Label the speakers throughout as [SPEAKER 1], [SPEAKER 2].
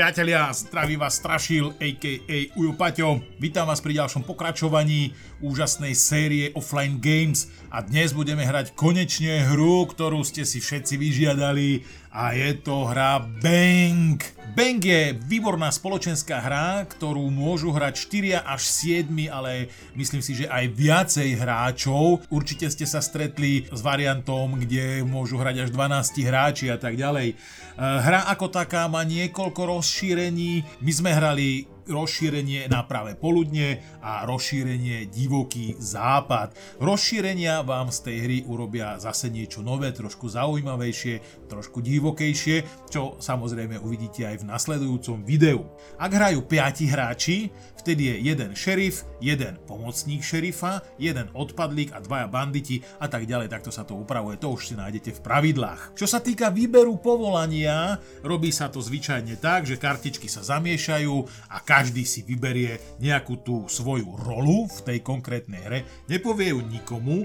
[SPEAKER 1] Priatelia, zdraví vás Strašil, a.k.a. Ujo Paťo. Vítam vás pri ďalšom pokračovaní úžasnej série Offline Games a dnes budeme hrať konečne hru, ktorú ste si všetci vyžiadali a je to hra Bang. Bang je výborná spoločenská hra, ktorú môžu hrať 4 až 7, ale myslím si, že aj viacej hráčov. Určite ste sa stretli s variantom, kde môžu hrať až 12 hráči a tak ďalej. E, Hra ako taká má niekoľko rozšírení. My sme hrali rozšírenie na práve poludne a rozšírenie divoký západ. Rozšírenia vám z tej hry urobia zase niečo nové, trošku zaujímavejšie, trošku divokejšie, čo samozrejme uvidíte aj v nasledujúcom videu. Ak hrajú 5 hráči, vtedy je jeden šerif, jeden pomocník šerifa, jeden odpadlík a dvaja banditi a tak ďalej, takto sa to upravuje, to už si nájdete v pravidlách. Čo sa týka výberu povolania, robí sa to zvyčajne tak, že kartičky sa zamiešajú a každý si vyberie nejakú tú svoju rolu v tej konkrétnej hre, nepovie ju nikomu,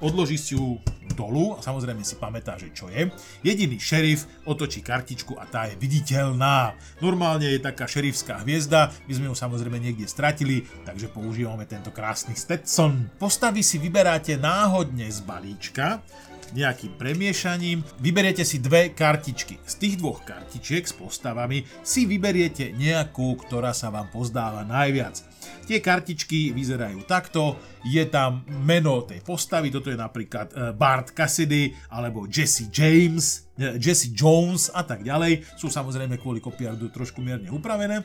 [SPEAKER 1] odloží si ju dolu a samozrejme si pamätá, že čo je. Jediný šerif otočí kartičku a tá je viditeľná. Normálne je taká šerifská hviezda, my sme ju samozrejme niekde stratili, takže používame tento krásny Stetson. Postavy si vyberáte náhodne z balíčka, nejakým premiešaním, vyberiete si dve kartičky. Z tých dvoch kartičiek s postavami si vyberiete nejakú, ktorá sa vám pozdáva najviac. Tie kartičky vyzerajú takto, je tam meno tej postavy, toto je napríklad e, Bart Cassidy alebo Jesse James, e, Jesse Jones a tak ďalej. Sú samozrejme kvôli kopiardu trošku mierne upravené. E,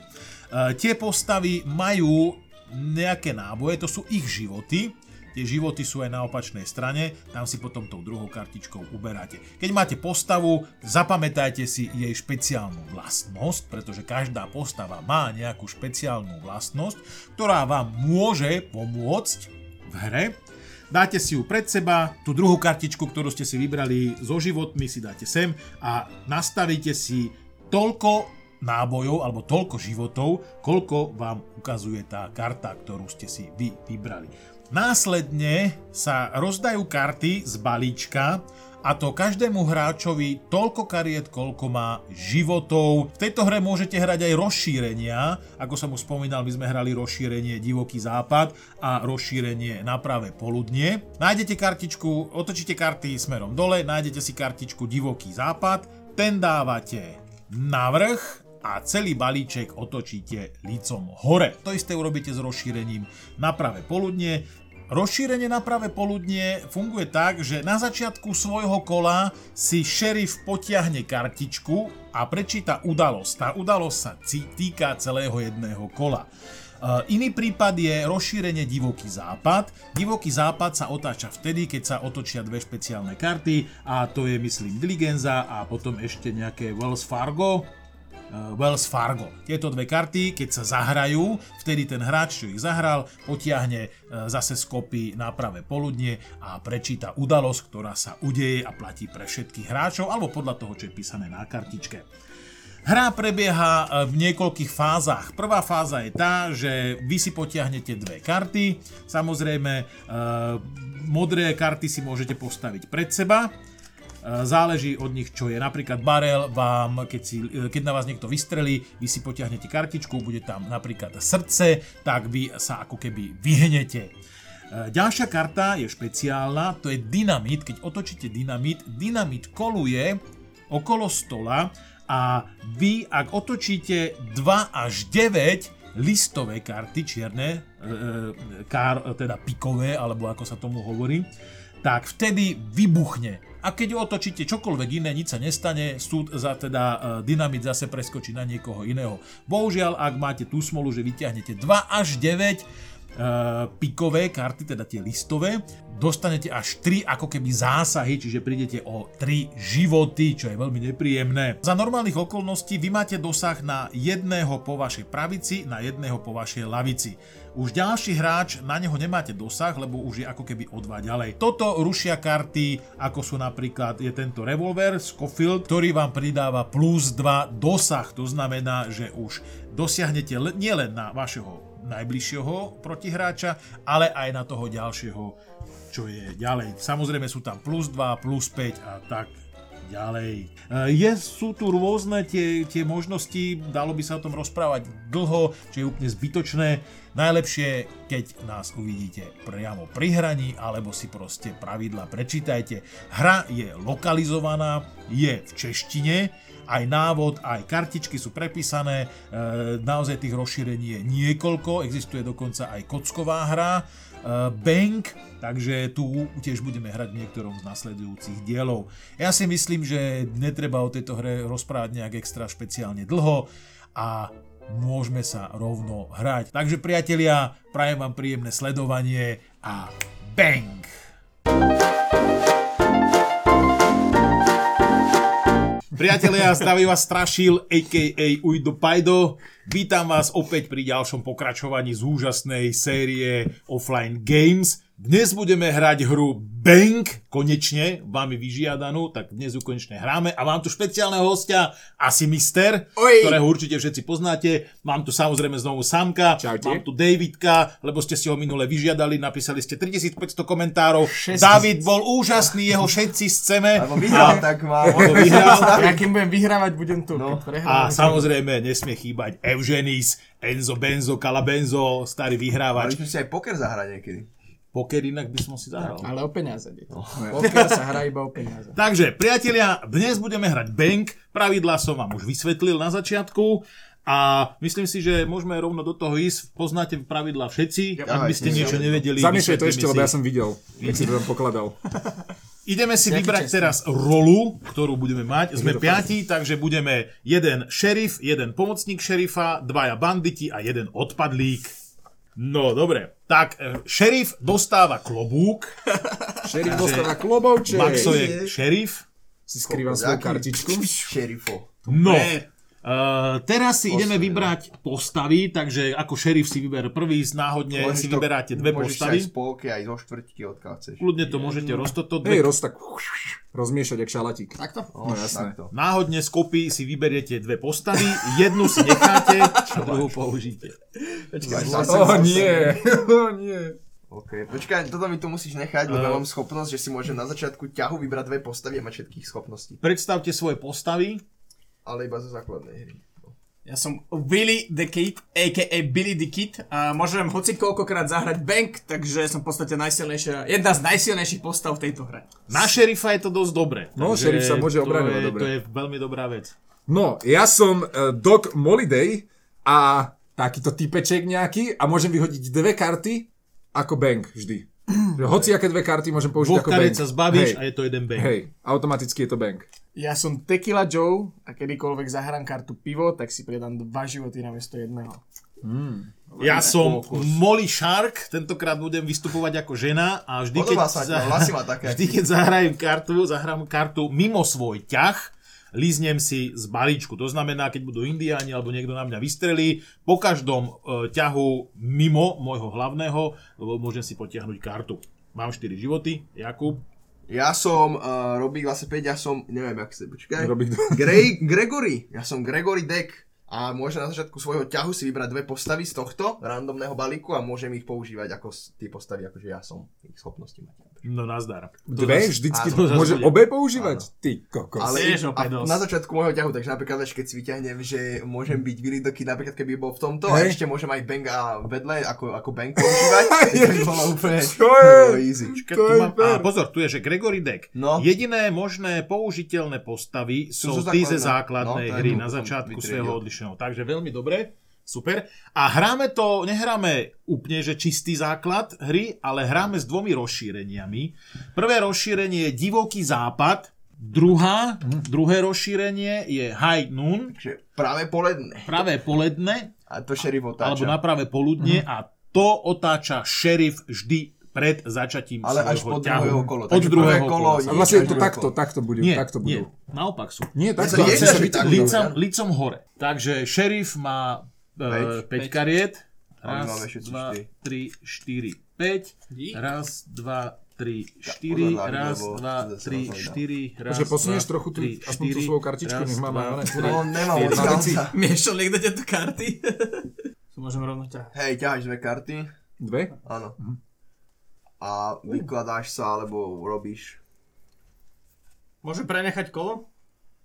[SPEAKER 1] Tie postavy majú nejaké náboje, to sú ich životy, Tie životy sú aj na opačnej strane, tam si potom tou druhou kartičkou uberáte. Keď máte postavu, zapamätajte si jej špeciálnu vlastnosť, pretože každá postava má nejakú špeciálnu vlastnosť, ktorá vám môže pomôcť v hre. Dáte si ju pred seba, tú druhú kartičku, ktorú ste si vybrali so životmi, si dáte sem a nastavíte si toľko nábojov alebo toľko životov, koľko vám ukazuje tá karta, ktorú ste si vy vybrali. Následne sa rozdajú karty z balíčka a to každému hráčovi toľko kariet, koľko má životov. V tejto hre môžete hrať aj rozšírenia. Ako som už spomínal, my sme hrali rozšírenie Divoký západ a rozšírenie na práve poludnie. Nájdete kartičku, otočíte karty smerom dole, nájdete si kartičku Divoký západ, ten dávate na vrch a celý balíček otočíte licom hore. To isté urobíte s rozšírením na pravé poludnie. Rozšírenie na pravé poludnie funguje tak, že na začiatku svojho kola si šerif potiahne kartičku a prečíta udalosť. Tá udalosť sa ci- týka celého jedného kola. E, Iný prípad je rozšírenie divoký západ. Divoký západ sa otáča vtedy, keď sa otočia dve špeciálne karty a to je myslím Diligenza a potom ešte nejaké Wells Fargo, eh, Wells Fargo. Tieto dve karty, keď sa zahrajú, vtedy ten hráč, čo ich zahral, potiahne eh, zase z kopy na pravé poludne a prečíta udalosť, ktorá sa udeje a platí pre všetkých hráčov alebo podľa toho, čo je písané na kartičke. Hra prebieha e, v niekoľkých fázach. Prvá fáza je tá, že vy si potiahnete dve karty. Samozrejme, e, modré karty si môžete postaviť pred seba. E, záleží od nich, čo je. Napríklad barel vám, keď, si, e, keď na vás niekto vystrelí, vy si potiahnete kartičku, bude tam napríklad srdce, tak vy sa ako keby vyhnete. E, Ďalšia karta je špeciálna, to je dynamit. Keď otočíte dynamit, dynamit koluje okolo stola a vy, ak otočíte 2 až 9 listové karty čierne, e, e, kár, e, teda pikové, alebo ako sa tomu hovorí, tak vtedy vybuchne. A keď otočíte čokoľvek iné, nič sa nestane, súd za teda e, dynamit zase preskočí na niekoho iného. Bohužiaľ, ak máte tú smolu, že vyťahnete 2 až 9 e, pikové karty, teda tie listové, dostanete až 3 ako keby zásahy, čiže prídete o 3 životy, čo je veľmi nepríjemné. Za normálnych okolností vy máte dosah na jedného po vašej pravici, na jedného po vašej lavici. Už ďalší hráč, na neho nemáte dosah, lebo už je ako keby o dva ďalej. Toto rušia karty, ako sú napríklad je tento revolver Scofield, ktorý vám pridáva plus 2 dosah. To znamená, že už dosiahnete le- nielen na vašeho najbližšieho protihráča, ale aj na toho ďalšieho, čo je ďalej. Samozrejme sú tam plus 2, plus 5 a tak ďalej. E, Je, sú tu rôzne tie, tie možnosti, dalo by sa o tom rozprávať dlho, čo je úplne zbytočné. Najlepšie, keď nás uvidíte priamo pri hraní, alebo si proste pravidla prečítajte. Hra je lokalizovaná, je v češtine, aj návod, aj kartičky sú prepísané, e, naozaj tých rozšírení je niekoľko, existuje dokonca aj kocková hra, e, Bank, takže tu tiež budeme hrať v niektorom z nasledujúcich dielov. Ja si myslím, že netreba o tejto hre rozprávať nejak extra špeciálne dlho a môžeme sa rovno hrať. Takže priatelia, prajem vám príjemné sledovanie a bang! Priatelia, zdraví vás Strašil, a.k.a. Ujdo Pajdo. Vítam vás opäť pri ďalšom pokračovaní z úžasnej série Offline Games. Dnes budeme hrať hru Bang, konečne, vami vyžiadanú, tak dnes ju konečne hráme. A mám tu špeciálneho hostia, asi Mister,
[SPEAKER 2] Oj.
[SPEAKER 1] ktorého určite všetci poznáte. Mám tu samozrejme znovu Samka,
[SPEAKER 2] Čaute.
[SPEAKER 1] mám tu Davidka, lebo ste si ho minule vyžiadali, napísali ste 3500 komentárov.
[SPEAKER 2] 6000.
[SPEAKER 1] David bol úžasný, jeho všetci chceme.
[SPEAKER 3] Lebo vyhral, tak má.
[SPEAKER 1] Lebo vyhral.
[SPEAKER 2] Ja keď budem vyhrávať, budem tu. No.
[SPEAKER 1] A samozrejme nesmie chýbať Eugenis, Enzo Benzo, Calabenzo, starý
[SPEAKER 3] Mali
[SPEAKER 1] vyhrávač.
[SPEAKER 3] sme si aj poker zahrať niekedy.
[SPEAKER 1] Poker inak by som si zahral.
[SPEAKER 2] Ale o peniaze, deti.
[SPEAKER 1] No.
[SPEAKER 2] Pokiaľ sa hrá iba o peniaze.
[SPEAKER 1] Takže, priatelia, dnes budeme hrať Bank. Pravidlá som vám už vysvetlil na začiatku. A myslím si, že môžeme rovno do toho ísť. Poznáte pravidlá všetci. Ak by ste niečo nevedeli,
[SPEAKER 4] Zamýšľaj to
[SPEAKER 1] vysvetlíme
[SPEAKER 4] ešte,
[SPEAKER 1] si.
[SPEAKER 4] lebo ja som videl, jak si to tam pokladal.
[SPEAKER 1] Ideme si
[SPEAKER 2] Nejaký
[SPEAKER 1] vybrať
[SPEAKER 2] čestný.
[SPEAKER 1] teraz rolu, ktorú budeme mať. Sme piati, takže budeme jeden šerif, jeden pomocník šerifa, dvaja banditi a jeden odpadlík. No, dobre. Tak, e, šerif dostáva klobúk,
[SPEAKER 4] Šerif dostáva klobovček.
[SPEAKER 1] Maxo je šerif.
[SPEAKER 4] Si skrývam svoju
[SPEAKER 3] Jaký
[SPEAKER 4] kartičku.
[SPEAKER 3] Šerifo.
[SPEAKER 1] No, Uh, teraz si ideme vybrať postavy, takže ako šerif si vyber prvý, náhodne
[SPEAKER 3] Môžeš
[SPEAKER 1] si
[SPEAKER 3] to-
[SPEAKER 1] vyberáte dve
[SPEAKER 3] môžeš si
[SPEAKER 1] postavy.
[SPEAKER 3] aj z polky, aj zo štvrtky, odkiaľ chceš.
[SPEAKER 1] Kľudne to môžete roztoto. Dve
[SPEAKER 4] Hej, roz tak rozmiešať jak šalatík.
[SPEAKER 2] Takto?
[SPEAKER 4] No jasné.
[SPEAKER 3] Takto.
[SPEAKER 1] Náhodne z kopy si vyberiete dve postavy, jednu si necháte a druhú použijete.
[SPEAKER 4] O nie, o nie.
[SPEAKER 3] OK, počkaj, toto mi tu musíš nechať, lebo ja mám schopnosť, že si môžem na začiatku ťahu vybrať dve postavy a mať všetkých schopností.
[SPEAKER 1] Predstavte svoje postavy.
[SPEAKER 3] Ale iba zo základnej hry.
[SPEAKER 2] Ja som Willy the Kid, a.k.a. Billy the Kid a môžem hoci koľkokrát zahrať bank, takže som v podstate najsilnejšia, jedna z najsilnejších postav v tejto hre.
[SPEAKER 1] Na šerifa je to dosť dobre.
[SPEAKER 4] No,
[SPEAKER 1] Takže
[SPEAKER 4] šerif sa môže
[SPEAKER 1] to
[SPEAKER 4] obraňovať
[SPEAKER 1] je-
[SPEAKER 4] dobre.
[SPEAKER 1] To je veľmi dobrá vec.
[SPEAKER 4] No, ja som uh, Doc Moliday a takýto typeček nejaký a môžem vyhodiť dve karty ako bank vždy. Že Hoci aké dve karty môžem použiť
[SPEAKER 1] Dvoch
[SPEAKER 4] ako bank.
[SPEAKER 1] kariet sa zbavíš
[SPEAKER 4] Hej,
[SPEAKER 1] a je to jeden bang.
[SPEAKER 4] Hej, automaticky je to bank.
[SPEAKER 2] Ja som Tequila Joe a kedykoľvek zahrám kartu pivo, tak si pridám dva životy namiesto jedného.
[SPEAKER 1] Ja som Molly Shark, tentokrát budem vystupovať ako žena a vždy, keď,
[SPEAKER 3] Podobá sa ti, vlasy má také.
[SPEAKER 1] vždy, keď zahrajem kartu, zahrám kartu mimo svoj ťah, líznem si z balíčku. To znamená, keď budú indiáni alebo niekto na mňa vystrelí, po každom e, ťahu mimo môjho hlavného e, môžem si potiahnuť kartu. Mám 4 životy, Jakub.
[SPEAKER 3] Ja som uh, Robík 25, ja som, neviem, jak sa, počkaj.
[SPEAKER 4] Robík-
[SPEAKER 3] Grey, Gregory, ja som Gregory Deck. A môžem na začiatku svojho ťahu si vybrať dve postavy z tohto randomného balíku a môžem ich používať ako s- tie postavy, akože ja som ich schopnosti mať.
[SPEAKER 1] No nazdar. To
[SPEAKER 4] Dve
[SPEAKER 1] zas-
[SPEAKER 4] vždycky
[SPEAKER 1] áno, to zas
[SPEAKER 4] môže
[SPEAKER 1] bude.
[SPEAKER 4] obe používať? Ty kokos.
[SPEAKER 3] Ale
[SPEAKER 2] Sieš
[SPEAKER 3] a
[SPEAKER 2] opäť dosť.
[SPEAKER 3] na začiatku môjho ťahu, takže napríklad vieš, keď si vyťahnem, že môžem byť Willy Doky, napríklad keby bol v tomto, a
[SPEAKER 4] Hej.
[SPEAKER 3] ešte môžem aj Bang a vedle ako, ako Bang používať, to by bolo úplne
[SPEAKER 4] Čo je?
[SPEAKER 3] bolo easy.
[SPEAKER 1] Počkaj,
[SPEAKER 4] To
[SPEAKER 1] tu
[SPEAKER 4] je
[SPEAKER 1] mám,
[SPEAKER 4] fér.
[SPEAKER 1] á, pozor, tu je, že Gregory Deck.
[SPEAKER 3] No.
[SPEAKER 1] Jediné možné použiteľné postavy sú,
[SPEAKER 3] Sú zo
[SPEAKER 1] tí ze základnej
[SPEAKER 3] základnej. No, to je
[SPEAKER 1] hry
[SPEAKER 3] to,
[SPEAKER 1] na
[SPEAKER 3] to som
[SPEAKER 1] začiatku
[SPEAKER 3] vytriedil.
[SPEAKER 1] svojho odlišného. Takže veľmi dobre, super. A hráme to, nehráme úplne, že čistý základ hry, ale hráme s dvomi rozšíreniami. Prvé rozšírenie je Divoký západ, druhá,
[SPEAKER 3] Mhm.
[SPEAKER 1] druhé rozšírenie je High Noon,
[SPEAKER 3] Takže práve poledne.
[SPEAKER 1] pravé poledne,
[SPEAKER 3] A to šerif
[SPEAKER 1] alebo
[SPEAKER 3] otáča.
[SPEAKER 1] na pravé
[SPEAKER 3] Mhm.
[SPEAKER 1] poludne a to otáča šerif vždy pred začatím
[SPEAKER 3] Ale až
[SPEAKER 1] svojho
[SPEAKER 3] po
[SPEAKER 1] ťahu.
[SPEAKER 3] druhého kolo.
[SPEAKER 1] Od
[SPEAKER 3] Takže
[SPEAKER 1] druhého
[SPEAKER 3] prvé kolo
[SPEAKER 1] kola.
[SPEAKER 3] nie.
[SPEAKER 4] A vlastne to
[SPEAKER 3] Každý
[SPEAKER 4] takto,
[SPEAKER 3] kolo.
[SPEAKER 4] takto budú.
[SPEAKER 1] Nie,
[SPEAKER 4] takto
[SPEAKER 1] nie,
[SPEAKER 4] budú.
[SPEAKER 1] naopak sú.
[SPEAKER 4] Nie, takto.
[SPEAKER 3] sa
[SPEAKER 4] ale
[SPEAKER 3] jedná,
[SPEAKER 4] chce sa
[SPEAKER 3] že
[SPEAKER 4] vyťahnuť.
[SPEAKER 3] takto.
[SPEAKER 1] Licom,
[SPEAKER 3] dobre.
[SPEAKER 1] licom hore. Takže šerif má
[SPEAKER 3] Päť.
[SPEAKER 1] 5 kariet.
[SPEAKER 3] A my
[SPEAKER 1] Raz,
[SPEAKER 3] máme všetci
[SPEAKER 1] 2,
[SPEAKER 3] štyri.
[SPEAKER 1] 3, 4, 5.
[SPEAKER 2] Dík.
[SPEAKER 1] Raz, 2, 3,
[SPEAKER 3] podľa
[SPEAKER 1] 4.
[SPEAKER 3] mňa,
[SPEAKER 1] Raz,
[SPEAKER 3] lebo
[SPEAKER 1] 2,
[SPEAKER 3] zase
[SPEAKER 1] 3,
[SPEAKER 3] rozhodná.
[SPEAKER 1] 4. Raz,
[SPEAKER 4] Takže posunieš
[SPEAKER 1] dva,
[SPEAKER 4] trochu tu,
[SPEAKER 1] tri,
[SPEAKER 4] aspoň tú
[SPEAKER 1] štyri.
[SPEAKER 4] svoju kartičku,
[SPEAKER 1] Raz,
[SPEAKER 4] nech máme
[SPEAKER 1] dva,
[SPEAKER 4] ale...
[SPEAKER 3] No, on nemá
[SPEAKER 1] štyri.
[SPEAKER 4] Na veci.
[SPEAKER 3] odkanca.
[SPEAKER 2] Miešal niekto tieto karty? Môžem rovno ťa.
[SPEAKER 3] Hej, ťaháš dve karty.
[SPEAKER 4] Dve?
[SPEAKER 1] No,
[SPEAKER 3] Áno. A vykladáš sa, alebo robíš.
[SPEAKER 2] Môžem prenechať kolo?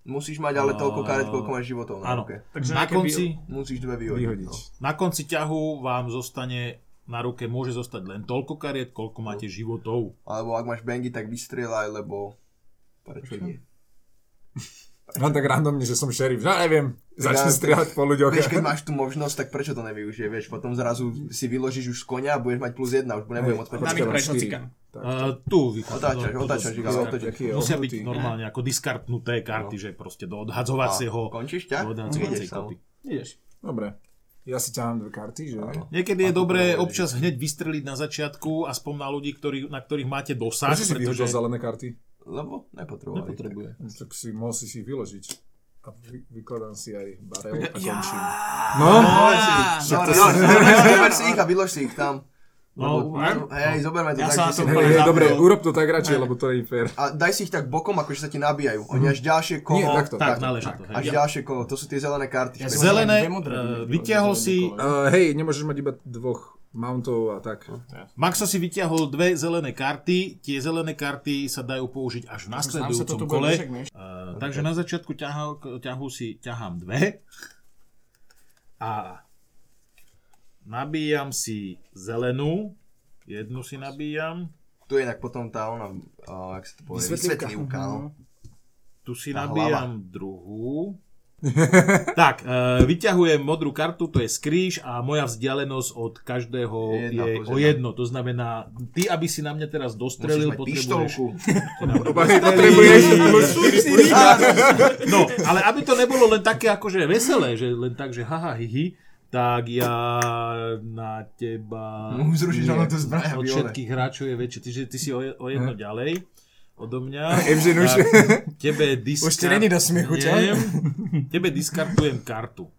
[SPEAKER 3] Musíš mať ale toľko karet, koľko máš životov na
[SPEAKER 1] Áno.
[SPEAKER 3] ruke.
[SPEAKER 2] Takže
[SPEAKER 1] na
[SPEAKER 2] nejaké
[SPEAKER 1] konci,
[SPEAKER 3] Musíš dve vyhodiť.
[SPEAKER 4] Vyhodiť.
[SPEAKER 3] No.
[SPEAKER 1] na konci ťahu vám zostane na ruke môže zostať len toľko kariet, koľko máte životov.
[SPEAKER 3] Alebo ak máš bengy, tak vystrieľaj, lebo... Prečo nie?
[SPEAKER 4] Len tak randomne, že som šerif. Ja neviem, začne
[SPEAKER 3] Ja-
[SPEAKER 4] strieľať po ľuďoch.
[SPEAKER 3] Vieš, keď máš tú možnosť, tak prečo to nevyužije? Vieš, potom zrazu si vyložíš už z konia a budeš mať plus jedna, už nebudem môcť
[SPEAKER 2] Dám
[SPEAKER 3] počkať.
[SPEAKER 2] ich
[SPEAKER 4] Počkaj,
[SPEAKER 2] preč,
[SPEAKER 4] štyri.
[SPEAKER 2] hocikam.
[SPEAKER 1] Uh, tu vychádza.
[SPEAKER 3] Otáčaš,
[SPEAKER 1] toto-
[SPEAKER 3] otáčaš,
[SPEAKER 1] toto-
[SPEAKER 3] Žiga, otáčaš.
[SPEAKER 4] Taký je
[SPEAKER 1] Musia byť
[SPEAKER 4] ohnutý.
[SPEAKER 1] normálne ako diskartnuté karty, že proste do odhadzovacieho,
[SPEAKER 3] No. A končíš ťah?
[SPEAKER 1] do odhadzovacej
[SPEAKER 3] Ideš sám.
[SPEAKER 1] kopy.
[SPEAKER 2] Ideš.
[SPEAKER 4] Dobre. Ja si ťahám dve karty, že?
[SPEAKER 1] Niekedy je dobré občas hneď vystreliť na začiačku, aspoň na ľudí, ktorí, na ktorých máte dosah,
[SPEAKER 4] Prečo si vyhodil
[SPEAKER 1] pretože
[SPEAKER 4] zelené karty?
[SPEAKER 3] Lebo nepotrebovali.
[SPEAKER 1] nepotrebuje.
[SPEAKER 4] No, Tak si mohol si ich vyložiť. A vy, vykladám si aj barel a
[SPEAKER 2] Ja.
[SPEAKER 4] končím. No,
[SPEAKER 3] Zober si ich.
[SPEAKER 4] Však to
[SPEAKER 3] Zober-
[SPEAKER 4] si-
[SPEAKER 3] zober- Zober si ich a vylož si ich tam.
[SPEAKER 1] No, a-
[SPEAKER 3] Hej, zoberme to
[SPEAKER 2] Ja
[SPEAKER 3] tak,
[SPEAKER 2] sa na
[SPEAKER 3] že si
[SPEAKER 2] to
[SPEAKER 3] ich-
[SPEAKER 4] hej, hej,
[SPEAKER 2] Zabil.
[SPEAKER 4] dobre, urob to tak radšej, lebo to je infér.
[SPEAKER 3] A daj si ich tak bokom, akože sa ti nabíjajú. Oni až ďalšie kolo.
[SPEAKER 4] Nie, takto.
[SPEAKER 1] tak, náleža to.
[SPEAKER 3] Až
[SPEAKER 1] hej.
[SPEAKER 3] ďalšie kolo, to sú tie zelené
[SPEAKER 2] Ja
[SPEAKER 3] karty. ktoré-
[SPEAKER 2] som-
[SPEAKER 1] Zelené,
[SPEAKER 2] Dve modré,
[SPEAKER 1] eh,
[SPEAKER 2] dve-
[SPEAKER 1] vyťahol
[SPEAKER 2] dve-
[SPEAKER 1] si,
[SPEAKER 4] Uh, hej, nemôžeš mať iba dvoch mountov a tak.
[SPEAKER 1] Maxo si vyťahol dve zelené karty, tie zelené karty sa dajú použiť až v
[SPEAKER 2] Nám sa to tu
[SPEAKER 1] nasledujúcom
[SPEAKER 2] bude
[SPEAKER 1] kole.
[SPEAKER 2] miešať, mieš-
[SPEAKER 1] Eh, takže na začiatku ťahu, ťahu si ťahám dve a nabíjam si zelenú, jednu si nabíjam,
[SPEAKER 3] Tu je inak potom tá ona, a, ak sa to povie,
[SPEAKER 4] Vysvetlivka.
[SPEAKER 3] vysvetlivka. no.
[SPEAKER 1] tu si
[SPEAKER 3] Tá
[SPEAKER 1] nabíjam druhú. tak, e, vyťahujem modrú kartu, to je skríž a moja vzdialenosť od každého
[SPEAKER 3] Jedna
[SPEAKER 1] je
[SPEAKER 3] plus
[SPEAKER 1] o
[SPEAKER 3] jedna.
[SPEAKER 1] jedno. To znamená, ty, aby si na mňa teraz
[SPEAKER 3] Musíš
[SPEAKER 1] dostrelil,
[SPEAKER 3] mať pištolku.
[SPEAKER 1] potrebuješ...
[SPEAKER 4] Hej, potrebuješ plus 4
[SPEAKER 1] No, ale aby to nebolo len také akože veselé, že len tak, že haha, hihi, tak ja na teba...
[SPEAKER 3] Mu zrušíš ono tú zbraň,
[SPEAKER 1] Od
[SPEAKER 3] aby one.
[SPEAKER 1] všetkých hráčov je väčšie. Čiže ty si o, o jedno ďalej odo mňa.
[SPEAKER 4] Evžen už-
[SPEAKER 1] Tak Tebe diskartujem...
[SPEAKER 2] Už ti není do smiechu, čo?
[SPEAKER 1] Tebe diskartujem kartu.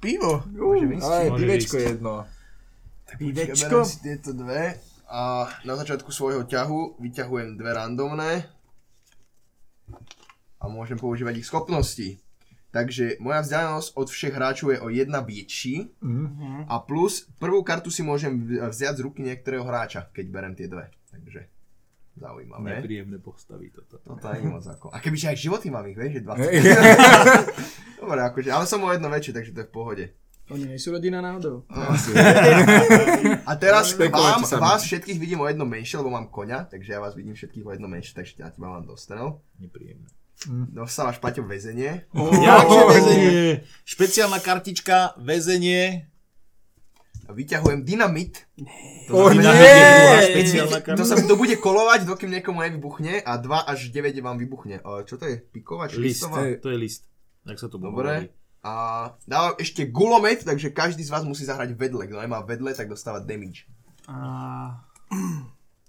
[SPEAKER 2] Pivo.
[SPEAKER 3] Môže ísť.
[SPEAKER 4] Aj,
[SPEAKER 1] Môže
[SPEAKER 4] pivečko
[SPEAKER 1] ísť.
[SPEAKER 4] jedno.
[SPEAKER 3] Ja berem si tieto dve a na začiatku svojho ťahu vyťahujem dve randomné a môžem používať ich schopnosti. Takže moja vzdialenosť od všech hráčov je o jedna väčší a plus prvú kartu si môžem v- vziať z ruky niektorého hráča, keď berem tie dve. Takže zaujímavé.
[SPEAKER 1] Nepríjemné postavy toto.
[SPEAKER 3] Toto No ani moc ako. A kebyže aj životy mám ich, vieš, že 20.
[SPEAKER 4] Hej,
[SPEAKER 3] Dobre, akože, ale som o jedno väčšie, takže to je v pohode.
[SPEAKER 2] Oni nie sú rodina náhodou.
[SPEAKER 3] A teraz vám,
[SPEAKER 4] Špekulujte sami.
[SPEAKER 3] vás všetkých vidím o jedno menšie, lebo mám konia, takže ja vás vidím všetkých o jedno menšie, takže ja teba mám dostrel.
[SPEAKER 1] Nepríjemné.
[SPEAKER 3] Dostávaš No, Paťo väzenie.
[SPEAKER 4] Mm.
[SPEAKER 1] Jakže väzenie? Špeciálna kartička, väzenie.
[SPEAKER 3] Vyťahujem dynamit.
[SPEAKER 4] O
[SPEAKER 1] znamená,
[SPEAKER 4] nie!
[SPEAKER 1] že druhá špeciálna karta.
[SPEAKER 3] To sa to bude kolovať, dokým niekomu nevybuchne a 2 až 9 vám vybuchne. E, Čo to je? Pikovač?
[SPEAKER 1] List,
[SPEAKER 3] listová?
[SPEAKER 1] to je list. Tak sa to bude hovoriť.
[SPEAKER 3] Dobre. A dávam ešte gulomet, takže každý z vás musí zahrať vedle. Kto nemá vedle, tak dostáva damage.
[SPEAKER 2] A...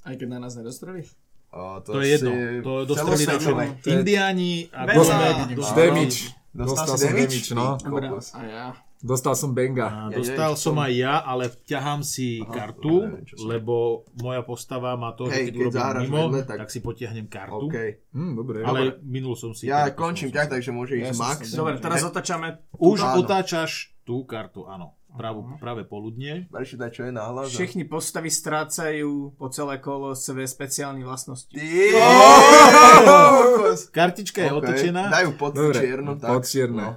[SPEAKER 2] Aj keď na nás nedostreli.
[SPEAKER 3] E,
[SPEAKER 1] To je jedno. To dostrelí na
[SPEAKER 3] celosvetové.
[SPEAKER 1] všetko. Indiáni a
[SPEAKER 2] Veľa.
[SPEAKER 1] Gozbek
[SPEAKER 4] Dostal-
[SPEAKER 1] dostali-
[SPEAKER 4] Damage.
[SPEAKER 3] Dostal
[SPEAKER 4] Dostal
[SPEAKER 3] si
[SPEAKER 4] som
[SPEAKER 3] damage?
[SPEAKER 4] damage, no.
[SPEAKER 3] Ty
[SPEAKER 2] Dobre,
[SPEAKER 3] kokos.
[SPEAKER 2] a ja.
[SPEAKER 4] Dostal som benga.
[SPEAKER 1] A
[SPEAKER 3] Ja
[SPEAKER 1] Dostal
[SPEAKER 3] neviem, čo
[SPEAKER 1] som
[SPEAKER 3] som-
[SPEAKER 1] aj ja, ale ťahám si kartu,
[SPEAKER 3] ja neviem, čo som-
[SPEAKER 1] lebo moja postava má to,
[SPEAKER 3] Hej,
[SPEAKER 1] že keď
[SPEAKER 3] keď
[SPEAKER 1] urobím
[SPEAKER 3] zahráš
[SPEAKER 1] mimo,
[SPEAKER 3] vedle, tak-
[SPEAKER 1] tak si potiahnem kartu.
[SPEAKER 3] OK.
[SPEAKER 4] Hm, dobre.
[SPEAKER 1] Ale minul som si.
[SPEAKER 3] Ja
[SPEAKER 1] kartu,
[SPEAKER 3] končím
[SPEAKER 1] som si-
[SPEAKER 3] ťah, takže môže ísť
[SPEAKER 4] som
[SPEAKER 3] Max.
[SPEAKER 2] Dobre, teraz otáčame.
[SPEAKER 1] Už
[SPEAKER 3] Áno.
[SPEAKER 1] otáčaš tú kartu, áno. Právo, práve poludne.
[SPEAKER 3] Barši daj čo je na hlas. a-
[SPEAKER 2] Všechny postavy strácajú po celé kolo své speciálne vlastnosti.
[SPEAKER 3] Ty!
[SPEAKER 1] Kartička je
[SPEAKER 3] Ok,
[SPEAKER 1] otočená.
[SPEAKER 3] Dajú pod
[SPEAKER 4] Dobre,
[SPEAKER 3] čierno. tak,
[SPEAKER 4] pod čierne.
[SPEAKER 3] no.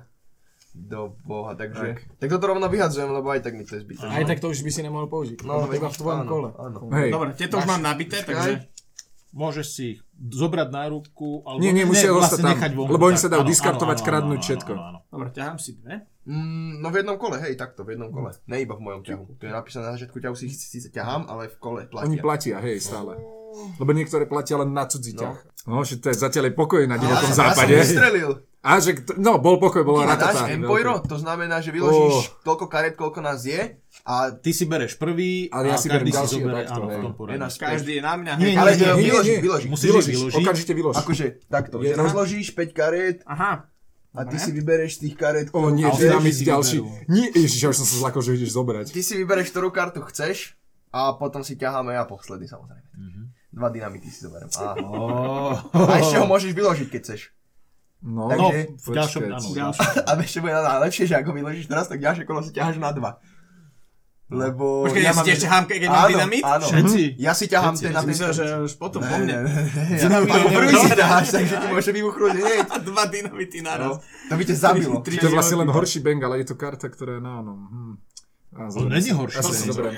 [SPEAKER 3] Do boha, takže... Tak. toto rovno vyhadzujem, lebo aj tak mi to je zbytočné.
[SPEAKER 5] Aj tak to už by si nemohol použiť.
[SPEAKER 3] No,
[SPEAKER 5] No,
[SPEAKER 3] veď-
[SPEAKER 5] iba v tvojom
[SPEAKER 3] áno,
[SPEAKER 5] kole.
[SPEAKER 3] Áno.
[SPEAKER 4] Hej.
[SPEAKER 2] Dobre, tieto už mám nabité, takže...
[SPEAKER 1] Môžeš si ich zobrať na ruku, alebo
[SPEAKER 4] Nie, nie, musia
[SPEAKER 1] vlastne
[SPEAKER 4] ostať tam,
[SPEAKER 1] nechať vonku.
[SPEAKER 4] lebo oni
[SPEAKER 1] tak,
[SPEAKER 4] sa dajú
[SPEAKER 1] áno,
[SPEAKER 4] diskartovať,
[SPEAKER 1] áno, áno,
[SPEAKER 4] kradnúť
[SPEAKER 1] áno,
[SPEAKER 4] všetko.
[SPEAKER 1] áno, áno.
[SPEAKER 2] Dobre, ťahám si dve.
[SPEAKER 3] Mm, no v jednom kole, hej, takto, v jednom kole. Ne iba v mojom ťahu. To je napísané na začiatku ťahu, si ich síce ťahám, ale v kole
[SPEAKER 4] Oni
[SPEAKER 3] platia.
[SPEAKER 4] platia, hej, stále. Lebo niektoré platia len na cudzí
[SPEAKER 3] No.
[SPEAKER 4] ťah. No, že to je zatiaľ aj pokoj na
[SPEAKER 3] Ja
[SPEAKER 4] divokom
[SPEAKER 3] som-
[SPEAKER 4] západe.
[SPEAKER 3] Ja som vystrelil.
[SPEAKER 4] A že, kto- no, bol pokoj, bola Oh.
[SPEAKER 3] A dáš
[SPEAKER 4] ratata.
[SPEAKER 3] Empoiro, to znamená, že vyložíš toľko karet, koľko nás je a
[SPEAKER 1] Ty si bereš prvý,
[SPEAKER 4] Ale ja
[SPEAKER 1] a
[SPEAKER 4] si
[SPEAKER 1] každý
[SPEAKER 4] berem
[SPEAKER 1] si
[SPEAKER 4] ďalšie,
[SPEAKER 1] zoberie,
[SPEAKER 4] takto,
[SPEAKER 1] áno, v
[SPEAKER 4] hej.
[SPEAKER 1] tom
[SPEAKER 3] je
[SPEAKER 1] poradí.
[SPEAKER 3] nás päť.
[SPEAKER 2] Každý je na mňa.
[SPEAKER 1] Nie,
[SPEAKER 2] hej.
[SPEAKER 3] Ale
[SPEAKER 1] nie, nie,
[SPEAKER 3] vyložiť,
[SPEAKER 4] nie.
[SPEAKER 3] vyložiť.
[SPEAKER 1] Musíš ich
[SPEAKER 4] Vyložíš,
[SPEAKER 1] vyložiť.
[SPEAKER 4] okamžite vylož.
[SPEAKER 3] Akože takto, že
[SPEAKER 4] Jedna.
[SPEAKER 3] rozložíš 5 karet
[SPEAKER 2] Aha.
[SPEAKER 3] a ty si vybereš z tých karet.
[SPEAKER 4] O nie,
[SPEAKER 1] Ale
[SPEAKER 3] koľko
[SPEAKER 4] ty nám
[SPEAKER 1] ešte
[SPEAKER 4] ísť
[SPEAKER 1] si
[SPEAKER 4] ďalší.
[SPEAKER 1] vyberú.
[SPEAKER 4] Nie, ježiš, ja už som sa zlakol, že ideš zobrať.
[SPEAKER 3] Ty si vybereš, ktorú kartu chceš a potom si ťaháme ja posledný samozrejme. Dva dynamity si zoberiem. A,
[SPEAKER 1] Oh.
[SPEAKER 3] a ešte ho môžeš vyložiť, keď chceš.
[SPEAKER 4] No,
[SPEAKER 1] No,
[SPEAKER 3] Takže-
[SPEAKER 1] v ďalšom,
[SPEAKER 4] počkať.
[SPEAKER 1] áno.
[SPEAKER 2] Ďalšie.
[SPEAKER 3] A ešte bude najlepšie, že ako vyložíš teraz, tak ďalšie kolo si ťaháš na dva. Lebo...
[SPEAKER 2] No. Počkaj, ja, si
[SPEAKER 3] mám-
[SPEAKER 2] tiež ťahám, keď mám
[SPEAKER 3] Áno,
[SPEAKER 2] dynamit? Mhm.
[SPEAKER 3] áno.
[SPEAKER 5] Všetci.
[SPEAKER 3] Ja si ťahám ten
[SPEAKER 2] Ja
[SPEAKER 3] na
[SPEAKER 2] som
[SPEAKER 3] ten...
[SPEAKER 2] myslel, že už potom po
[SPEAKER 3] Ne,
[SPEAKER 2] mne.
[SPEAKER 3] ne, ne, ja-
[SPEAKER 5] Dynamit
[SPEAKER 3] Ako
[SPEAKER 5] je
[SPEAKER 3] prvý si
[SPEAKER 2] dobré.
[SPEAKER 3] dáš, takže ti môže vybuchnúť hneď.
[SPEAKER 2] Dva dynamity naraz.
[SPEAKER 3] To by ťa zabilo.
[SPEAKER 2] Tri-
[SPEAKER 4] To je vlastne len horší bang, ale je to karta, ktorá je na onom. Hm. Á,
[SPEAKER 1] To
[SPEAKER 4] zoberiem
[SPEAKER 1] není
[SPEAKER 4] si.
[SPEAKER 1] horšie.
[SPEAKER 4] Ja som si zoberiem.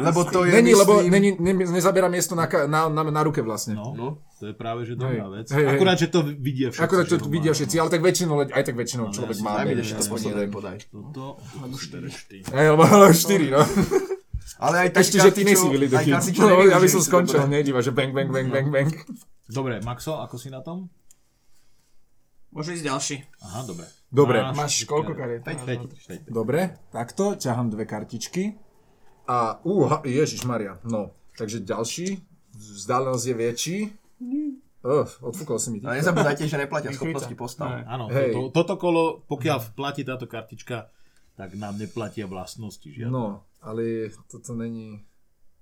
[SPEAKER 3] Lebo to je...
[SPEAKER 4] Není, lebo
[SPEAKER 3] myslím-
[SPEAKER 4] není, ne, nezabera miesto na, ka- na, na, na ruke vlastne.
[SPEAKER 1] No,
[SPEAKER 3] No.
[SPEAKER 1] to je práve, že dobrá
[SPEAKER 4] Hej.
[SPEAKER 1] vec.
[SPEAKER 4] Hej, hej.
[SPEAKER 1] Akurát, že to vidia všetci.
[SPEAKER 4] Akorát to
[SPEAKER 1] že no. ho
[SPEAKER 4] vidia
[SPEAKER 1] má.
[SPEAKER 4] všetci, ale tak väčšinou, aj tak väčšinou
[SPEAKER 1] ja
[SPEAKER 4] človek
[SPEAKER 1] si
[SPEAKER 4] má.
[SPEAKER 3] Daj mi
[SPEAKER 4] bang,
[SPEAKER 3] ešte to
[SPEAKER 4] aspoň
[SPEAKER 3] posledné,
[SPEAKER 4] jeden.
[SPEAKER 3] podaj.
[SPEAKER 1] Toto, štyri, štyri.
[SPEAKER 4] Hej, lebo ale 4, no.
[SPEAKER 3] Ale aj tak
[SPEAKER 4] Ešte, že ty nejsi Willy the Kid. No, ja by som skončil hneď iba, že bang, bang, bang, bang, bang.
[SPEAKER 1] Dobre, Maxo, ako si na tom?
[SPEAKER 2] Môže ísť ďalší.
[SPEAKER 1] Aha, dobre.
[SPEAKER 4] Dobre.
[SPEAKER 2] Máš koľko kariet?
[SPEAKER 1] 5, 5, 5.
[SPEAKER 4] Dobre, takto ťahám dve kartičky. A, uh, Ježiš Maria, no. Takže ďalší, vzdialenosť je väčší. Uh, odfúkol si mi.
[SPEAKER 3] Ale No, nezabúdajte, že neplatia schopnosti postav.
[SPEAKER 1] Áno,
[SPEAKER 4] Hej.
[SPEAKER 1] to, toto kolo, pokiaľ platí táto kartička, tak nám neplatia vlastnosti. Že?
[SPEAKER 4] No, ale toto není...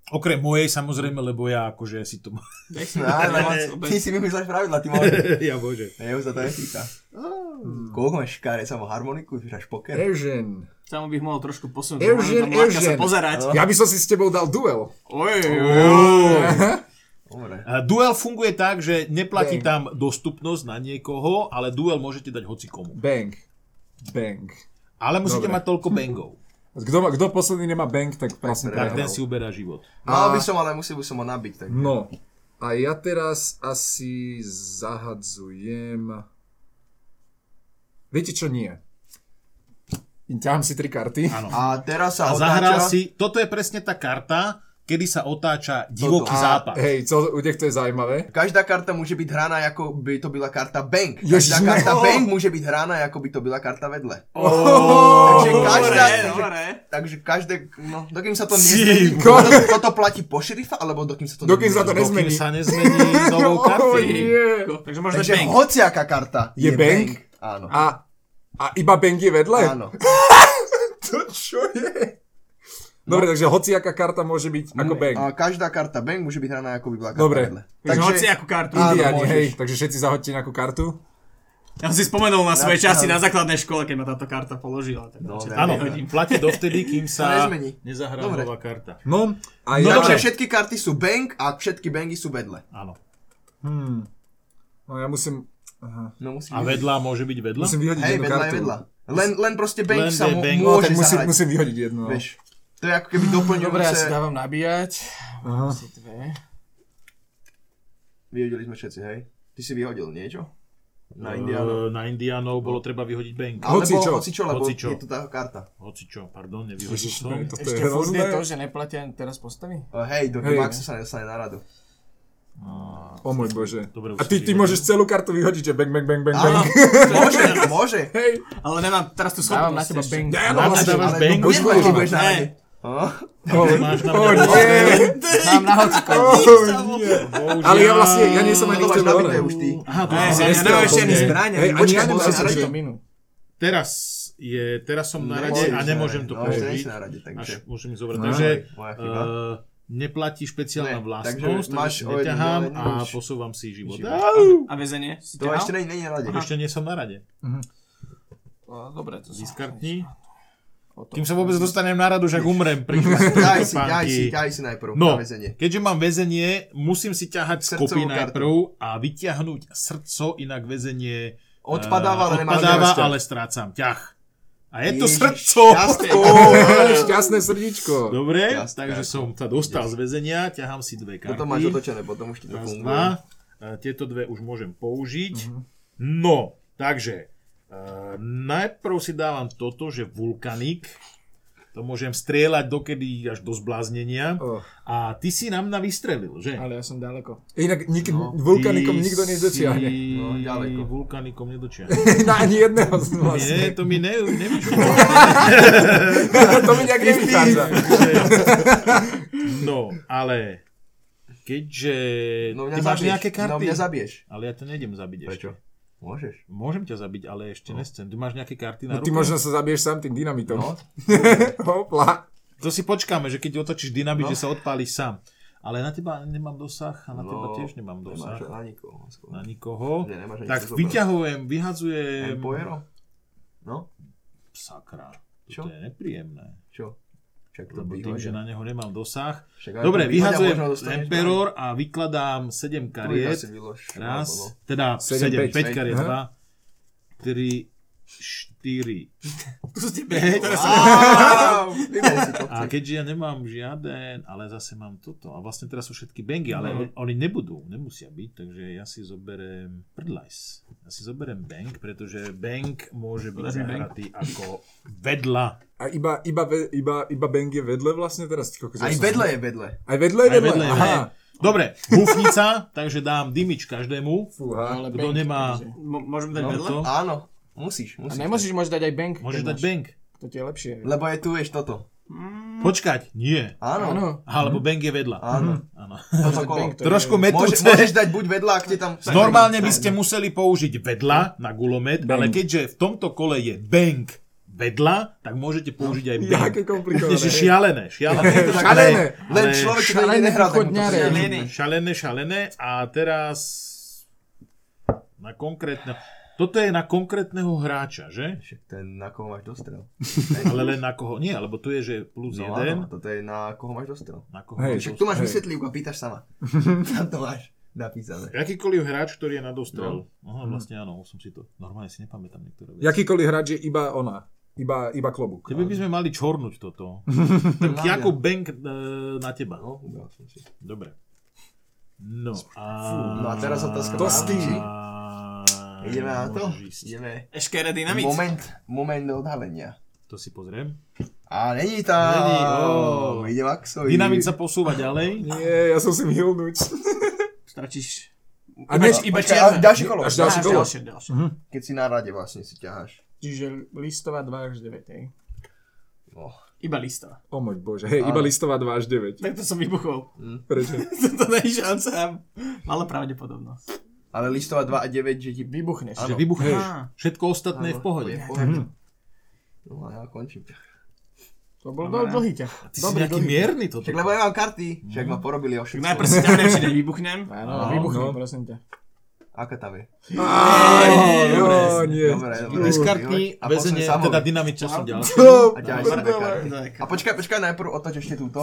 [SPEAKER 1] Okrem mojej samozrejme, lebo ja akože si to...
[SPEAKER 2] Daj si mi
[SPEAKER 3] No, ale
[SPEAKER 2] daj si
[SPEAKER 3] ty
[SPEAKER 2] obec.
[SPEAKER 3] si vymýšľaš pravidla, ty môžeš.
[SPEAKER 1] ja bože.
[SPEAKER 3] Ja už sa to netýka.
[SPEAKER 4] Mm.
[SPEAKER 3] Koľko máš škáre, samo harmoniku, hráš poker?
[SPEAKER 4] Eržen.
[SPEAKER 2] Samo bych mohol trošku posunúť. Môžem
[SPEAKER 4] Eugen,
[SPEAKER 2] tam ľahko sa
[SPEAKER 4] Eugen.
[SPEAKER 2] pozerať.
[SPEAKER 4] Ja by som si s tebou dal duel.
[SPEAKER 2] Oj, oj,
[SPEAKER 3] Dobre.
[SPEAKER 1] A Duel funguje tak, že neplatí
[SPEAKER 4] Bang.
[SPEAKER 1] tam dostupnosť na niekoho, ale duel môžete dať hocikomu.
[SPEAKER 4] Bang. Bang.
[SPEAKER 1] Ale musíte
[SPEAKER 4] Dobre.
[SPEAKER 1] mať toľko bangov.
[SPEAKER 4] Kto, má- kto posledný nemá bang, tak vlastne
[SPEAKER 1] Tak ten
[SPEAKER 4] prehral.
[SPEAKER 1] si uberá život.
[SPEAKER 3] Mal by No, som, ale musel by som ho nabiť. Tak.
[SPEAKER 4] No, a ja teraz asi zahadzujem... Viete čo nie? Ťahám si tri karty.
[SPEAKER 1] Áno.
[SPEAKER 3] A teraz
[SPEAKER 1] A
[SPEAKER 3] sa
[SPEAKER 1] zahral
[SPEAKER 3] otáča.
[SPEAKER 1] si, toto je presne tá karta, kedy sa otáča divoký
[SPEAKER 4] A,
[SPEAKER 1] západ.
[SPEAKER 4] Hej, co, u nich to je zaujímavé.
[SPEAKER 3] Každá karta môže byť hraná, ako by to byla karta bank. Každá
[SPEAKER 4] Ježiš, ne.
[SPEAKER 3] karta
[SPEAKER 4] Oh.
[SPEAKER 3] bank môže byť hraná, ako by to byla karta vedle.
[SPEAKER 2] Takže
[SPEAKER 3] každá-
[SPEAKER 2] Dobre,
[SPEAKER 3] Takže každé, no, dokým sa to nezmení,
[SPEAKER 4] ko-
[SPEAKER 3] toto, toto platí po šerifa, alebo dokým sa to
[SPEAKER 4] Dokým sa to
[SPEAKER 1] Dokým
[SPEAKER 3] nezmení?
[SPEAKER 4] nezmení.
[SPEAKER 1] sa nezmení novou
[SPEAKER 4] Oh,
[SPEAKER 1] karty.
[SPEAKER 4] nie.
[SPEAKER 2] dobre. Takže možno
[SPEAKER 3] Takže
[SPEAKER 2] bank.
[SPEAKER 3] hociaká karta
[SPEAKER 4] Je bank?
[SPEAKER 3] Áno.
[SPEAKER 4] A, a iba bang je vedle?
[SPEAKER 3] Áno.
[SPEAKER 4] To čo je?
[SPEAKER 3] No.
[SPEAKER 4] Dobre, takže hociaká karta môže byť ako bang.
[SPEAKER 3] A každá karta bank môže byť hraná, ako by bola karta
[SPEAKER 4] Dobre.
[SPEAKER 3] vedle.
[SPEAKER 2] Takže hoci akú kartu.
[SPEAKER 4] Indiani,
[SPEAKER 3] môžeš.
[SPEAKER 4] hej, takže všetci zahodte nejakú kartu.
[SPEAKER 2] Ja som si spomenul na svoje
[SPEAKER 3] Na- No.
[SPEAKER 2] časy na základnej škole, keď ma táto karta položila. Teda,
[SPEAKER 3] Dobre.
[SPEAKER 2] Čiže-
[SPEAKER 1] Áno,
[SPEAKER 3] Nehodím.
[SPEAKER 1] platí dovtedy, kým sa
[SPEAKER 3] nezmení.
[SPEAKER 1] nezahrá
[SPEAKER 3] Dobre.
[SPEAKER 1] nová karta.
[SPEAKER 4] No, a
[SPEAKER 1] No
[SPEAKER 3] Takže
[SPEAKER 4] ja...
[SPEAKER 1] dobre.
[SPEAKER 3] všetky karty sú bank a všetky banky sú vedle.
[SPEAKER 1] Áno.
[SPEAKER 4] No ja musím... Aha.
[SPEAKER 3] No musím
[SPEAKER 1] A vedľa môže byť vedľa?
[SPEAKER 4] Musím vyhodiť
[SPEAKER 3] Hej,
[SPEAKER 4] jednu
[SPEAKER 3] vedľa
[SPEAKER 4] kartu.
[SPEAKER 3] je vedľa. Len, len proste bank
[SPEAKER 1] Len
[SPEAKER 3] sa
[SPEAKER 1] je
[SPEAKER 3] mu
[SPEAKER 1] bank.
[SPEAKER 4] No,
[SPEAKER 3] môže
[SPEAKER 4] tak musím,
[SPEAKER 3] zahrať.
[SPEAKER 4] musím vyhodiť jednu. no.
[SPEAKER 3] Vieš, to je ako keby doplňujúce.
[SPEAKER 5] Dobre, ja si dávam nabíjať.
[SPEAKER 4] Aha.
[SPEAKER 5] Si dve.
[SPEAKER 3] Vyhodili sme všetci, hej? Ty si vyhodil niečo?
[SPEAKER 1] Eh,
[SPEAKER 3] Na Indiana.
[SPEAKER 1] Na Indianov bolo treba vyhodiť bank.
[SPEAKER 4] hoci čo.
[SPEAKER 3] hoci čo, lebo
[SPEAKER 1] Hoci čo.
[SPEAKER 3] je to tá karta.
[SPEAKER 1] Hoci čo, pardon, nevyhodil
[SPEAKER 4] Ježiš,
[SPEAKER 1] som.
[SPEAKER 4] no, toto je
[SPEAKER 5] Ešte furt
[SPEAKER 4] hrozné.
[SPEAKER 5] je to, že neplatia teraz postavy?
[SPEAKER 3] Eh, Hej, do
[SPEAKER 4] Hej.
[SPEAKER 3] Maxu sa nedostane na radu.
[SPEAKER 4] O môj bože.
[SPEAKER 1] Dobre, už
[SPEAKER 4] A
[SPEAKER 1] som
[SPEAKER 4] ty, ty
[SPEAKER 1] vyhodil.
[SPEAKER 4] môžeš celú kartu vyhodiť, že bang, bang, bang, bang,
[SPEAKER 3] Áno,
[SPEAKER 4] bang.
[SPEAKER 3] môže, môže.
[SPEAKER 4] Hej.
[SPEAKER 2] Ale nemám teraz tú schopnosť.
[SPEAKER 5] Dávam na teba
[SPEAKER 2] ešte.
[SPEAKER 5] bang.
[SPEAKER 4] Ja,
[SPEAKER 1] Na
[SPEAKER 4] no,
[SPEAKER 1] mňa dávaš bank?
[SPEAKER 2] Ne.
[SPEAKER 3] Ale no, nemáš, budeš na rade. Oh,
[SPEAKER 4] vlastne. Už budem. O,
[SPEAKER 1] Máš na
[SPEAKER 4] o,
[SPEAKER 1] mňa
[SPEAKER 4] nie.
[SPEAKER 5] Mám na hociko.
[SPEAKER 1] Bohužiaľ.
[SPEAKER 4] Ale ja vlastne, ja nie som ani
[SPEAKER 3] To
[SPEAKER 4] v
[SPEAKER 3] máš
[SPEAKER 4] tej
[SPEAKER 3] nabité
[SPEAKER 4] role.
[SPEAKER 3] už ty.
[SPEAKER 1] Aha, to
[SPEAKER 2] Ne,
[SPEAKER 1] som
[SPEAKER 2] ja
[SPEAKER 1] sa
[SPEAKER 2] nemám ešte ani
[SPEAKER 4] Hej.
[SPEAKER 2] zbrania.
[SPEAKER 4] Hej,
[SPEAKER 2] ani
[SPEAKER 4] ani
[SPEAKER 3] Počkaj,
[SPEAKER 4] ja
[SPEAKER 3] bol
[SPEAKER 4] nemám
[SPEAKER 3] si na
[SPEAKER 4] ešte
[SPEAKER 3] rade?
[SPEAKER 4] čo.
[SPEAKER 5] Minu.
[SPEAKER 1] Teraz je, teraz som na rade a nemôžem to
[SPEAKER 3] no, ešte nie
[SPEAKER 1] použiť.
[SPEAKER 3] si na rade, takže.
[SPEAKER 1] Až môžem ísť zobrať.
[SPEAKER 4] No,
[SPEAKER 1] Takže
[SPEAKER 3] moja chyba.
[SPEAKER 1] eh, neplatí špeciálna
[SPEAKER 3] Ne,
[SPEAKER 1] vlastnosť,
[SPEAKER 3] takže máš
[SPEAKER 1] takže
[SPEAKER 3] o jeden
[SPEAKER 1] neťahám
[SPEAKER 3] dole
[SPEAKER 1] a
[SPEAKER 3] nič.
[SPEAKER 1] posúvam si život.
[SPEAKER 3] Život.
[SPEAKER 1] Au!
[SPEAKER 2] A väzenie? Si
[SPEAKER 3] To
[SPEAKER 2] ťahal?
[SPEAKER 3] ešte nie, nie je na rade.
[SPEAKER 1] Ešte nie som na rade.
[SPEAKER 3] Mhm.
[SPEAKER 5] O, Dobre, to som.
[SPEAKER 1] Diskartni.
[SPEAKER 5] O to.
[SPEAKER 1] Kým sa vôbec dostanem na radu, že ak umrem. Prišli si tu
[SPEAKER 3] Ťahaj si,
[SPEAKER 1] pánky.
[SPEAKER 3] ťahaj si, ťahaj si najprv
[SPEAKER 1] No,
[SPEAKER 3] na väzenie.
[SPEAKER 1] keďže mám väzenie, musím si ťahať z
[SPEAKER 3] Srdcovú
[SPEAKER 1] kopy
[SPEAKER 3] kartu.
[SPEAKER 1] najprv a vyťahnuť srdco, inak väzenie
[SPEAKER 3] Odpadáva, ale
[SPEAKER 1] eh,
[SPEAKER 3] nemáš
[SPEAKER 1] odpadáva,
[SPEAKER 4] šťastie.
[SPEAKER 1] ale strácam ťah. A je to
[SPEAKER 3] Ježiš,
[SPEAKER 1] srdco.
[SPEAKER 3] šťastie.
[SPEAKER 4] Šťastné srdíčko.
[SPEAKER 1] Dobre,
[SPEAKER 3] Šťastie.
[SPEAKER 1] takže som sa dostal z väzenia, ťahám si dve karty.
[SPEAKER 3] Toto máš otočené, potom už ti to
[SPEAKER 1] Raz,
[SPEAKER 3] funguje. Mhm.
[SPEAKER 1] dva. E, Tieto dve už môžem použiť. No, takže e, najprv si dávam toto, že vulkanik. To môžem strieľať dokedy až do zbláznenia.
[SPEAKER 4] Oh.
[SPEAKER 1] A ty si nám na vystrelil, že?
[SPEAKER 5] Ale ja som ďaleko.
[SPEAKER 4] Inak nik, vulkanikom
[SPEAKER 1] Ty
[SPEAKER 4] nikto nedočiahne.
[SPEAKER 1] si
[SPEAKER 3] No, ďaleko.
[SPEAKER 1] Vulkanikom nedočiahne.
[SPEAKER 4] Na ani jedného z vlastne.
[SPEAKER 1] Nie, to mi ne, nevyšlo.
[SPEAKER 4] To mi nejak nevychádza.
[SPEAKER 1] No, ale keďže...
[SPEAKER 3] No
[SPEAKER 1] ty
[SPEAKER 3] mňa
[SPEAKER 1] máš
[SPEAKER 3] zabiješ.
[SPEAKER 1] nejaké karty?
[SPEAKER 3] No mňa zabiješ.
[SPEAKER 1] ale ja ťa nejdem zabiť ešte.
[SPEAKER 3] Prečo? Môžeš.
[SPEAKER 1] Môžem ťa zabiť, ale ešte no. nescem. Ty máš nejaké karty na
[SPEAKER 4] Ty
[SPEAKER 1] ruke?
[SPEAKER 4] možno sa zabiješ sám tým dynamitom.
[SPEAKER 3] No.
[SPEAKER 4] Hopla.
[SPEAKER 1] To si počkáme, že keď otočíš dynamit, že sa odpáliš sám. Ale na teba nemám dosah a na
[SPEAKER 3] No,
[SPEAKER 1] teba tiež nemám dosah.
[SPEAKER 3] Nemáš na nikoho. skôr.
[SPEAKER 1] Na nikoho.
[SPEAKER 3] Nie, nemáš ani
[SPEAKER 1] tak
[SPEAKER 3] čo zobrať.
[SPEAKER 1] vyťahujem, vyhazujem...
[SPEAKER 3] Empojero? No,
[SPEAKER 1] Sakra.
[SPEAKER 3] Čo?
[SPEAKER 1] To je nepríjemné.
[SPEAKER 3] čo? Však to
[SPEAKER 1] Lebo
[SPEAKER 3] by
[SPEAKER 1] tým, že
[SPEAKER 3] hodil.
[SPEAKER 1] na neho nemám dosah.
[SPEAKER 3] Však aj
[SPEAKER 1] Dobre,
[SPEAKER 3] to
[SPEAKER 1] vyhadzujem
[SPEAKER 3] možno dostaneš
[SPEAKER 1] Emperor a vykladám 7
[SPEAKER 3] dva. Druhý
[SPEAKER 1] kariet.
[SPEAKER 3] asi no, vylož, alebo-
[SPEAKER 1] Raz, teda 7,
[SPEAKER 4] Sedem, päť.
[SPEAKER 1] 5 kariet,
[SPEAKER 4] Aha.
[SPEAKER 1] 2, 3, 4.
[SPEAKER 2] To ste bej, teraz sa...
[SPEAKER 3] Au, Vybol si to.
[SPEAKER 1] A keďže ja nemám žiaden, ale zase mám toto. A vlastne teraz sú všetky bengy, ale no. oni nebudú, nemusia byť, takže ja si zoberiem prdlajs. Ja si zoberiem bang, pretože bang môže byť zahratý ako vedľa.
[SPEAKER 4] A iba, iba, ve- iba, iba Bang je vedle vlastne teraz? Ty kokos, ja
[SPEAKER 3] Aj
[SPEAKER 4] som-
[SPEAKER 3] vedle je vedle.
[SPEAKER 4] Aj vedle je
[SPEAKER 1] Aj
[SPEAKER 4] vedle?
[SPEAKER 1] vedľa je
[SPEAKER 4] Aha.
[SPEAKER 1] vedľa. Dobre, húfnica, takže dám dimič každému.
[SPEAKER 4] Fúha.
[SPEAKER 5] Ale
[SPEAKER 1] Kto
[SPEAKER 5] bank,
[SPEAKER 1] nemá
[SPEAKER 5] takže.
[SPEAKER 2] Mo- Môžem dať
[SPEAKER 1] No,
[SPEAKER 2] vedľa?
[SPEAKER 1] to-
[SPEAKER 3] Áno, musíš,
[SPEAKER 5] A
[SPEAKER 3] musíš.
[SPEAKER 5] nemôžeš, môžeš dať aj bank.
[SPEAKER 1] Môžeš
[SPEAKER 5] keď
[SPEAKER 1] dať
[SPEAKER 5] máš.
[SPEAKER 1] bang.
[SPEAKER 5] To ti je lepšie.
[SPEAKER 3] Lebo je tu, vieš, toto.
[SPEAKER 1] Počkať, nie.
[SPEAKER 3] Áno,
[SPEAKER 5] Áno.
[SPEAKER 1] Aha, lebo bang je vedľa.
[SPEAKER 3] áno.
[SPEAKER 1] Áno.
[SPEAKER 3] Toto kolo.
[SPEAKER 5] Bank, to je-
[SPEAKER 1] Trošku
[SPEAKER 3] Môže,
[SPEAKER 1] metúce.
[SPEAKER 3] môžeš dať buď vedľa, ak ti tam...
[SPEAKER 1] Normálne by ste museli použiť vedľa na gulomet, bang. ale keďže v tomto kole je bang vedľa, tak môžete použiť aj bang.
[SPEAKER 4] Jaké komplikované.
[SPEAKER 1] Ježiš, šialené, šialené.
[SPEAKER 4] Šialené.
[SPEAKER 3] Len človek, ktorý
[SPEAKER 5] šalené
[SPEAKER 3] nehrá, tak mu to
[SPEAKER 5] východňare.
[SPEAKER 3] príde.
[SPEAKER 2] Lený.
[SPEAKER 1] Šialené, šialené. A teraz na konkrétne... Toto je na konkrétneho hráča, že?
[SPEAKER 3] Však to je na koho máš dostrel.
[SPEAKER 1] Ale len na koho? Nie, lebo tu je, že plus
[SPEAKER 3] No áno,
[SPEAKER 1] jeden.
[SPEAKER 3] toto je na koho máš dostrel.
[SPEAKER 1] Na koho?
[SPEAKER 4] Hej.
[SPEAKER 3] Však tu máš
[SPEAKER 4] Hej.
[SPEAKER 3] vysvetlivku a pýtaš sama. Tam to máš napísané.
[SPEAKER 1] Jakýkoľvek hráč, ktorý je na dostrel.
[SPEAKER 3] No.
[SPEAKER 1] Aha,
[SPEAKER 3] Mhm.
[SPEAKER 1] vlastne áno, som si to... Normálne si nepamätám niektoré veci.
[SPEAKER 4] Jakýkoľvek hráč je iba ona. Iba, iba klobúk.
[SPEAKER 1] Tebe by sme mali čornúť toto. tak Jakub Bank e, na teba.
[SPEAKER 3] No, ubral som si.
[SPEAKER 1] Dobre. No a...
[SPEAKER 3] no a teraz otázka
[SPEAKER 4] To s tým.
[SPEAKER 3] Ideme na to?
[SPEAKER 1] Môžeš ísť.
[SPEAKER 3] Ideme.
[SPEAKER 2] Eškere dynamit.
[SPEAKER 3] Moment, moment odhalenia.
[SPEAKER 1] To si pozriem.
[SPEAKER 3] A
[SPEAKER 1] Není,
[SPEAKER 3] není tam.
[SPEAKER 1] ó.
[SPEAKER 3] Ide Maxovi.
[SPEAKER 1] Dynamit sa posúva ďalej.
[SPEAKER 4] Nie, ja som si milnúť.
[SPEAKER 2] Stračíš...
[SPEAKER 4] A ne,
[SPEAKER 2] Iba
[SPEAKER 3] Počkaj, a
[SPEAKER 2] čierne.
[SPEAKER 3] ďalšie kolo.
[SPEAKER 4] Až ďalšie
[SPEAKER 2] Až
[SPEAKER 4] kolo.
[SPEAKER 2] Ďalšie, ďalšie.
[SPEAKER 5] Mhm.
[SPEAKER 3] Keď si na rade vlastne si ťaháš.
[SPEAKER 5] Čiže listová 2 až 9, hej.
[SPEAKER 3] No.
[SPEAKER 2] Iba lista.
[SPEAKER 4] O môj bože, hej, iba listová 2 až 9.
[SPEAKER 2] Tak to som vybuchol.
[SPEAKER 4] Prečo?
[SPEAKER 2] to není šanca. Mala pravdepodobnosť.
[SPEAKER 3] Ale listová 2 a 9, že ti...
[SPEAKER 5] Vybuchneš.
[SPEAKER 1] Že vybuchneš.
[SPEAKER 2] Á.
[SPEAKER 1] Všetko ostatné je v pohode.
[SPEAKER 3] Je v
[SPEAKER 4] Mhm.
[SPEAKER 3] pohode. No a ja končím.
[SPEAKER 5] To bol dosť dlhý ťah.
[SPEAKER 1] Ty si nejaký mierny toto.
[SPEAKER 3] Však lebo ja mám karty, však ma porobili o
[SPEAKER 2] Tak
[SPEAKER 3] všetko.
[SPEAKER 2] najprv si ťa nevšie, než vybuchnem.
[SPEAKER 5] Áno,
[SPEAKER 1] No,
[SPEAKER 5] vybuchni,
[SPEAKER 4] no.
[SPEAKER 5] prosím ťa.
[SPEAKER 3] Aká tam je?
[SPEAKER 4] Jo, nie.
[SPEAKER 3] Dobre, dobre.
[SPEAKER 1] Diskartní
[SPEAKER 3] A
[SPEAKER 1] väzenie,
[SPEAKER 3] posun samovi.
[SPEAKER 1] teda dynamit časom ďalej.
[SPEAKER 4] Čo?
[SPEAKER 3] A ťahaj sa dve karty.
[SPEAKER 2] Daj,
[SPEAKER 3] A počkaj, počkaj, najprv otoč ešte túto.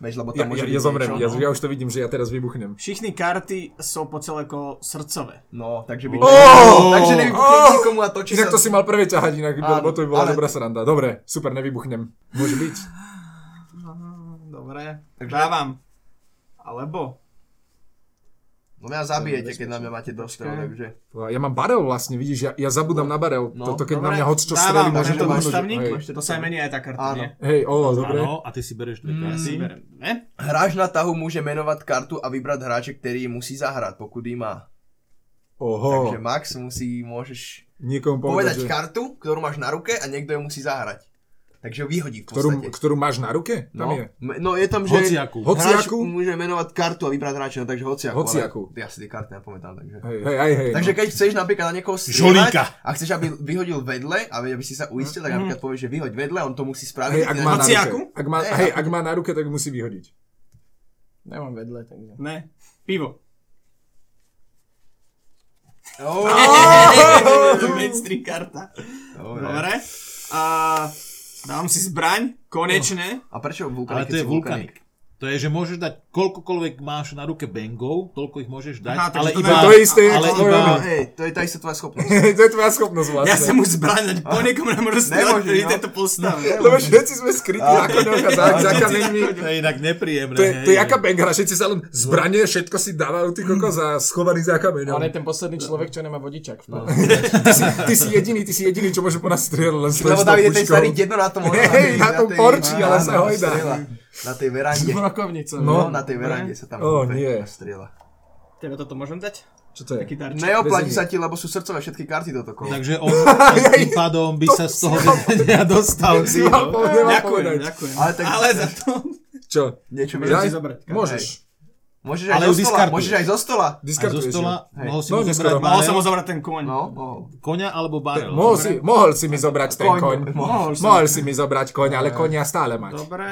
[SPEAKER 3] Vieš, lebo
[SPEAKER 4] Ja,
[SPEAKER 3] tam
[SPEAKER 4] ja,
[SPEAKER 3] môže
[SPEAKER 4] ja
[SPEAKER 3] byť
[SPEAKER 4] zomrem,
[SPEAKER 3] niečo,
[SPEAKER 4] ja,
[SPEAKER 3] no.
[SPEAKER 4] ja už to vidím, že ja teraz vybuchnem.
[SPEAKER 2] Všechny karty sú po celé kolo srdcové.
[SPEAKER 3] No, takže by... Oh, takže nevybuchne
[SPEAKER 4] Oh!
[SPEAKER 3] nikomu a točí
[SPEAKER 4] Inak
[SPEAKER 3] sa...
[SPEAKER 4] to si mal prvé ťahať, inak
[SPEAKER 3] Áno,
[SPEAKER 4] lebo to by bola
[SPEAKER 3] ale-
[SPEAKER 4] dobrá sranda. Dobre, super, nevybuchnem. Môže byť.
[SPEAKER 2] Dobre,
[SPEAKER 3] Takže-
[SPEAKER 2] dávam. Alebo...
[SPEAKER 3] No mňa zabijete, keď na mňa máte dostrel, takže...
[SPEAKER 4] Ja mám barel vlastne, vidíš, ja, ja zabudám na barel.
[SPEAKER 3] No,
[SPEAKER 4] Toto keď na
[SPEAKER 2] Dobre,
[SPEAKER 4] mňa hoď čo
[SPEAKER 2] dávam,
[SPEAKER 4] strelí, môže
[SPEAKER 2] dávam
[SPEAKER 4] to
[SPEAKER 3] máš
[SPEAKER 2] ústavník,
[SPEAKER 4] hej.
[SPEAKER 2] to sa aj mení aj tá karta,
[SPEAKER 3] Áno. Mhm.
[SPEAKER 2] nie?
[SPEAKER 4] Hej, o, dobre.
[SPEAKER 1] Áno, a ty si bereš dve
[SPEAKER 2] Ja si
[SPEAKER 1] karty.
[SPEAKER 2] berem dve.
[SPEAKER 3] Hráč na tahu môže menovať kartu a vybrať hráče, ktorý musí zahrať, pokud ji má.
[SPEAKER 4] Oho,
[SPEAKER 3] Takže Max musí, môžeš
[SPEAKER 4] niekomu
[SPEAKER 3] povedať
[SPEAKER 4] povedať, že,
[SPEAKER 3] kartu, ktorú máš na ruke a niekto ju musí zahrať. Takže ju vyhodí v
[SPEAKER 4] ktorú,
[SPEAKER 3] podstate.
[SPEAKER 4] ktorú máš na ruke? Tam
[SPEAKER 3] No,
[SPEAKER 4] je.
[SPEAKER 3] me- no je tam, že...
[SPEAKER 1] Hociakú.
[SPEAKER 4] Ho-
[SPEAKER 3] Hráč
[SPEAKER 4] Hociakú?
[SPEAKER 3] môže menovať kartu a vybrať hráča, no takže hociakú.
[SPEAKER 4] Hociakú.
[SPEAKER 3] Ale ja si tie karty nepamätám, takže...
[SPEAKER 4] Hej, hej, hej, hej.
[SPEAKER 3] Takže
[SPEAKER 4] no.
[SPEAKER 3] keď chceš napríklad na niekoho strieľať
[SPEAKER 1] Žolíka.
[SPEAKER 3] a chceš, aby vyhodil vedle a aby si sa uistil, tak napríklad povieš, že vyhoď vedle, on to musí spraviť.
[SPEAKER 4] Mhm. Hej, ak má, na
[SPEAKER 2] Hociaku?
[SPEAKER 4] ruke, ak, má,
[SPEAKER 3] Hej,
[SPEAKER 4] hej, ak má na ruke, tak ju musí vyhodiť.
[SPEAKER 5] Nemám vedle, takže.
[SPEAKER 2] Ne, pivo.
[SPEAKER 3] Oh,
[SPEAKER 2] Mainstream karta. Dobre. A dávam si zbraň, konečne.
[SPEAKER 3] A prečo vulkanik,
[SPEAKER 1] Ale
[SPEAKER 3] keď
[SPEAKER 1] to je
[SPEAKER 3] si vulkanik?
[SPEAKER 1] vulkanik. To je, že môžeš dať koľkokoľvek máš na ruke bangov, toľko ich môžeš dať,
[SPEAKER 2] Aha, takže
[SPEAKER 1] ale
[SPEAKER 2] to
[SPEAKER 1] iba...
[SPEAKER 2] je
[SPEAKER 4] to isté,
[SPEAKER 1] ale
[SPEAKER 4] ako
[SPEAKER 1] iba...
[SPEAKER 4] tvojom.
[SPEAKER 3] No, Hej, to je tá istá tvoja schopnosť.
[SPEAKER 4] to je tvoja schopnosť vlastne.
[SPEAKER 2] Ja sa mu zbraň, po niekom nemôžem strieľať
[SPEAKER 3] Nemôžeš,
[SPEAKER 2] pri
[SPEAKER 3] Oh. no.
[SPEAKER 2] tejto postave.
[SPEAKER 4] Lebo všetci sme skrytí ako noha za, za kameňmi.
[SPEAKER 1] To je inak nepríjemné.
[SPEAKER 4] To je, to je
[SPEAKER 1] hej.
[SPEAKER 4] jaká bengra, všetci sa len zbranie, všetko si dávajú ty kokos a schovaný za kameňom. No.
[SPEAKER 5] On je ten posledný človek, čo nemá vodičak. v prvom.
[SPEAKER 4] Ty si, ty si jediný, ty si jediný, čo môže po nás strieľať len s tou
[SPEAKER 3] Lebo tam je ten
[SPEAKER 4] puškou.
[SPEAKER 3] starý dedo na tom
[SPEAKER 4] Hej, na tom
[SPEAKER 3] tej-
[SPEAKER 4] porči, ale sa
[SPEAKER 3] áno,
[SPEAKER 4] hojdá.
[SPEAKER 3] strieľa. Na tej verande.
[SPEAKER 5] S brokovnicou.
[SPEAKER 3] No, na tej verande sa tam
[SPEAKER 4] Ó,
[SPEAKER 3] húpe,
[SPEAKER 4] nie.
[SPEAKER 3] strieľa.
[SPEAKER 2] Tebe
[SPEAKER 5] Teda
[SPEAKER 2] toto môžem dať?
[SPEAKER 4] Čo to je?
[SPEAKER 2] Taký darček.
[SPEAKER 3] Neoplatí
[SPEAKER 4] Bez
[SPEAKER 3] sa ti, lebo sú srdcové všetky karty do toho.
[SPEAKER 1] Takže on on tým pádom by sa z toho vedenia dostal.
[SPEAKER 4] Si mal
[SPEAKER 1] no.
[SPEAKER 4] povedať.
[SPEAKER 2] Ďakujem, ďakujem.
[SPEAKER 3] Ale tak-
[SPEAKER 2] Ale za to...
[SPEAKER 4] Čo?
[SPEAKER 3] Niečo mi
[SPEAKER 4] Ja?
[SPEAKER 2] si zobrať kartu.
[SPEAKER 4] Môžeš.
[SPEAKER 3] Môžeš aj
[SPEAKER 1] Ale
[SPEAKER 3] zo
[SPEAKER 1] ju
[SPEAKER 3] stola,
[SPEAKER 1] diskartuješ.
[SPEAKER 3] môžeš aj zo stola.
[SPEAKER 1] Aj zo
[SPEAKER 4] Diskartuješ. ju.
[SPEAKER 1] stola
[SPEAKER 3] Hej.
[SPEAKER 1] mohol si
[SPEAKER 4] No,
[SPEAKER 1] mu
[SPEAKER 4] neskoro.
[SPEAKER 1] zobrať
[SPEAKER 2] Mohol som
[SPEAKER 1] barel,
[SPEAKER 2] mu zobrať ten koň.
[SPEAKER 3] No, mohol.
[SPEAKER 1] konia alebo barel.
[SPEAKER 4] Mohol si, mohol si mi zobrať ten
[SPEAKER 3] Koň.
[SPEAKER 4] koň.
[SPEAKER 3] Mohol
[SPEAKER 4] Mohol si mi zobrať koň, ale konia stále mať.
[SPEAKER 2] Dobre.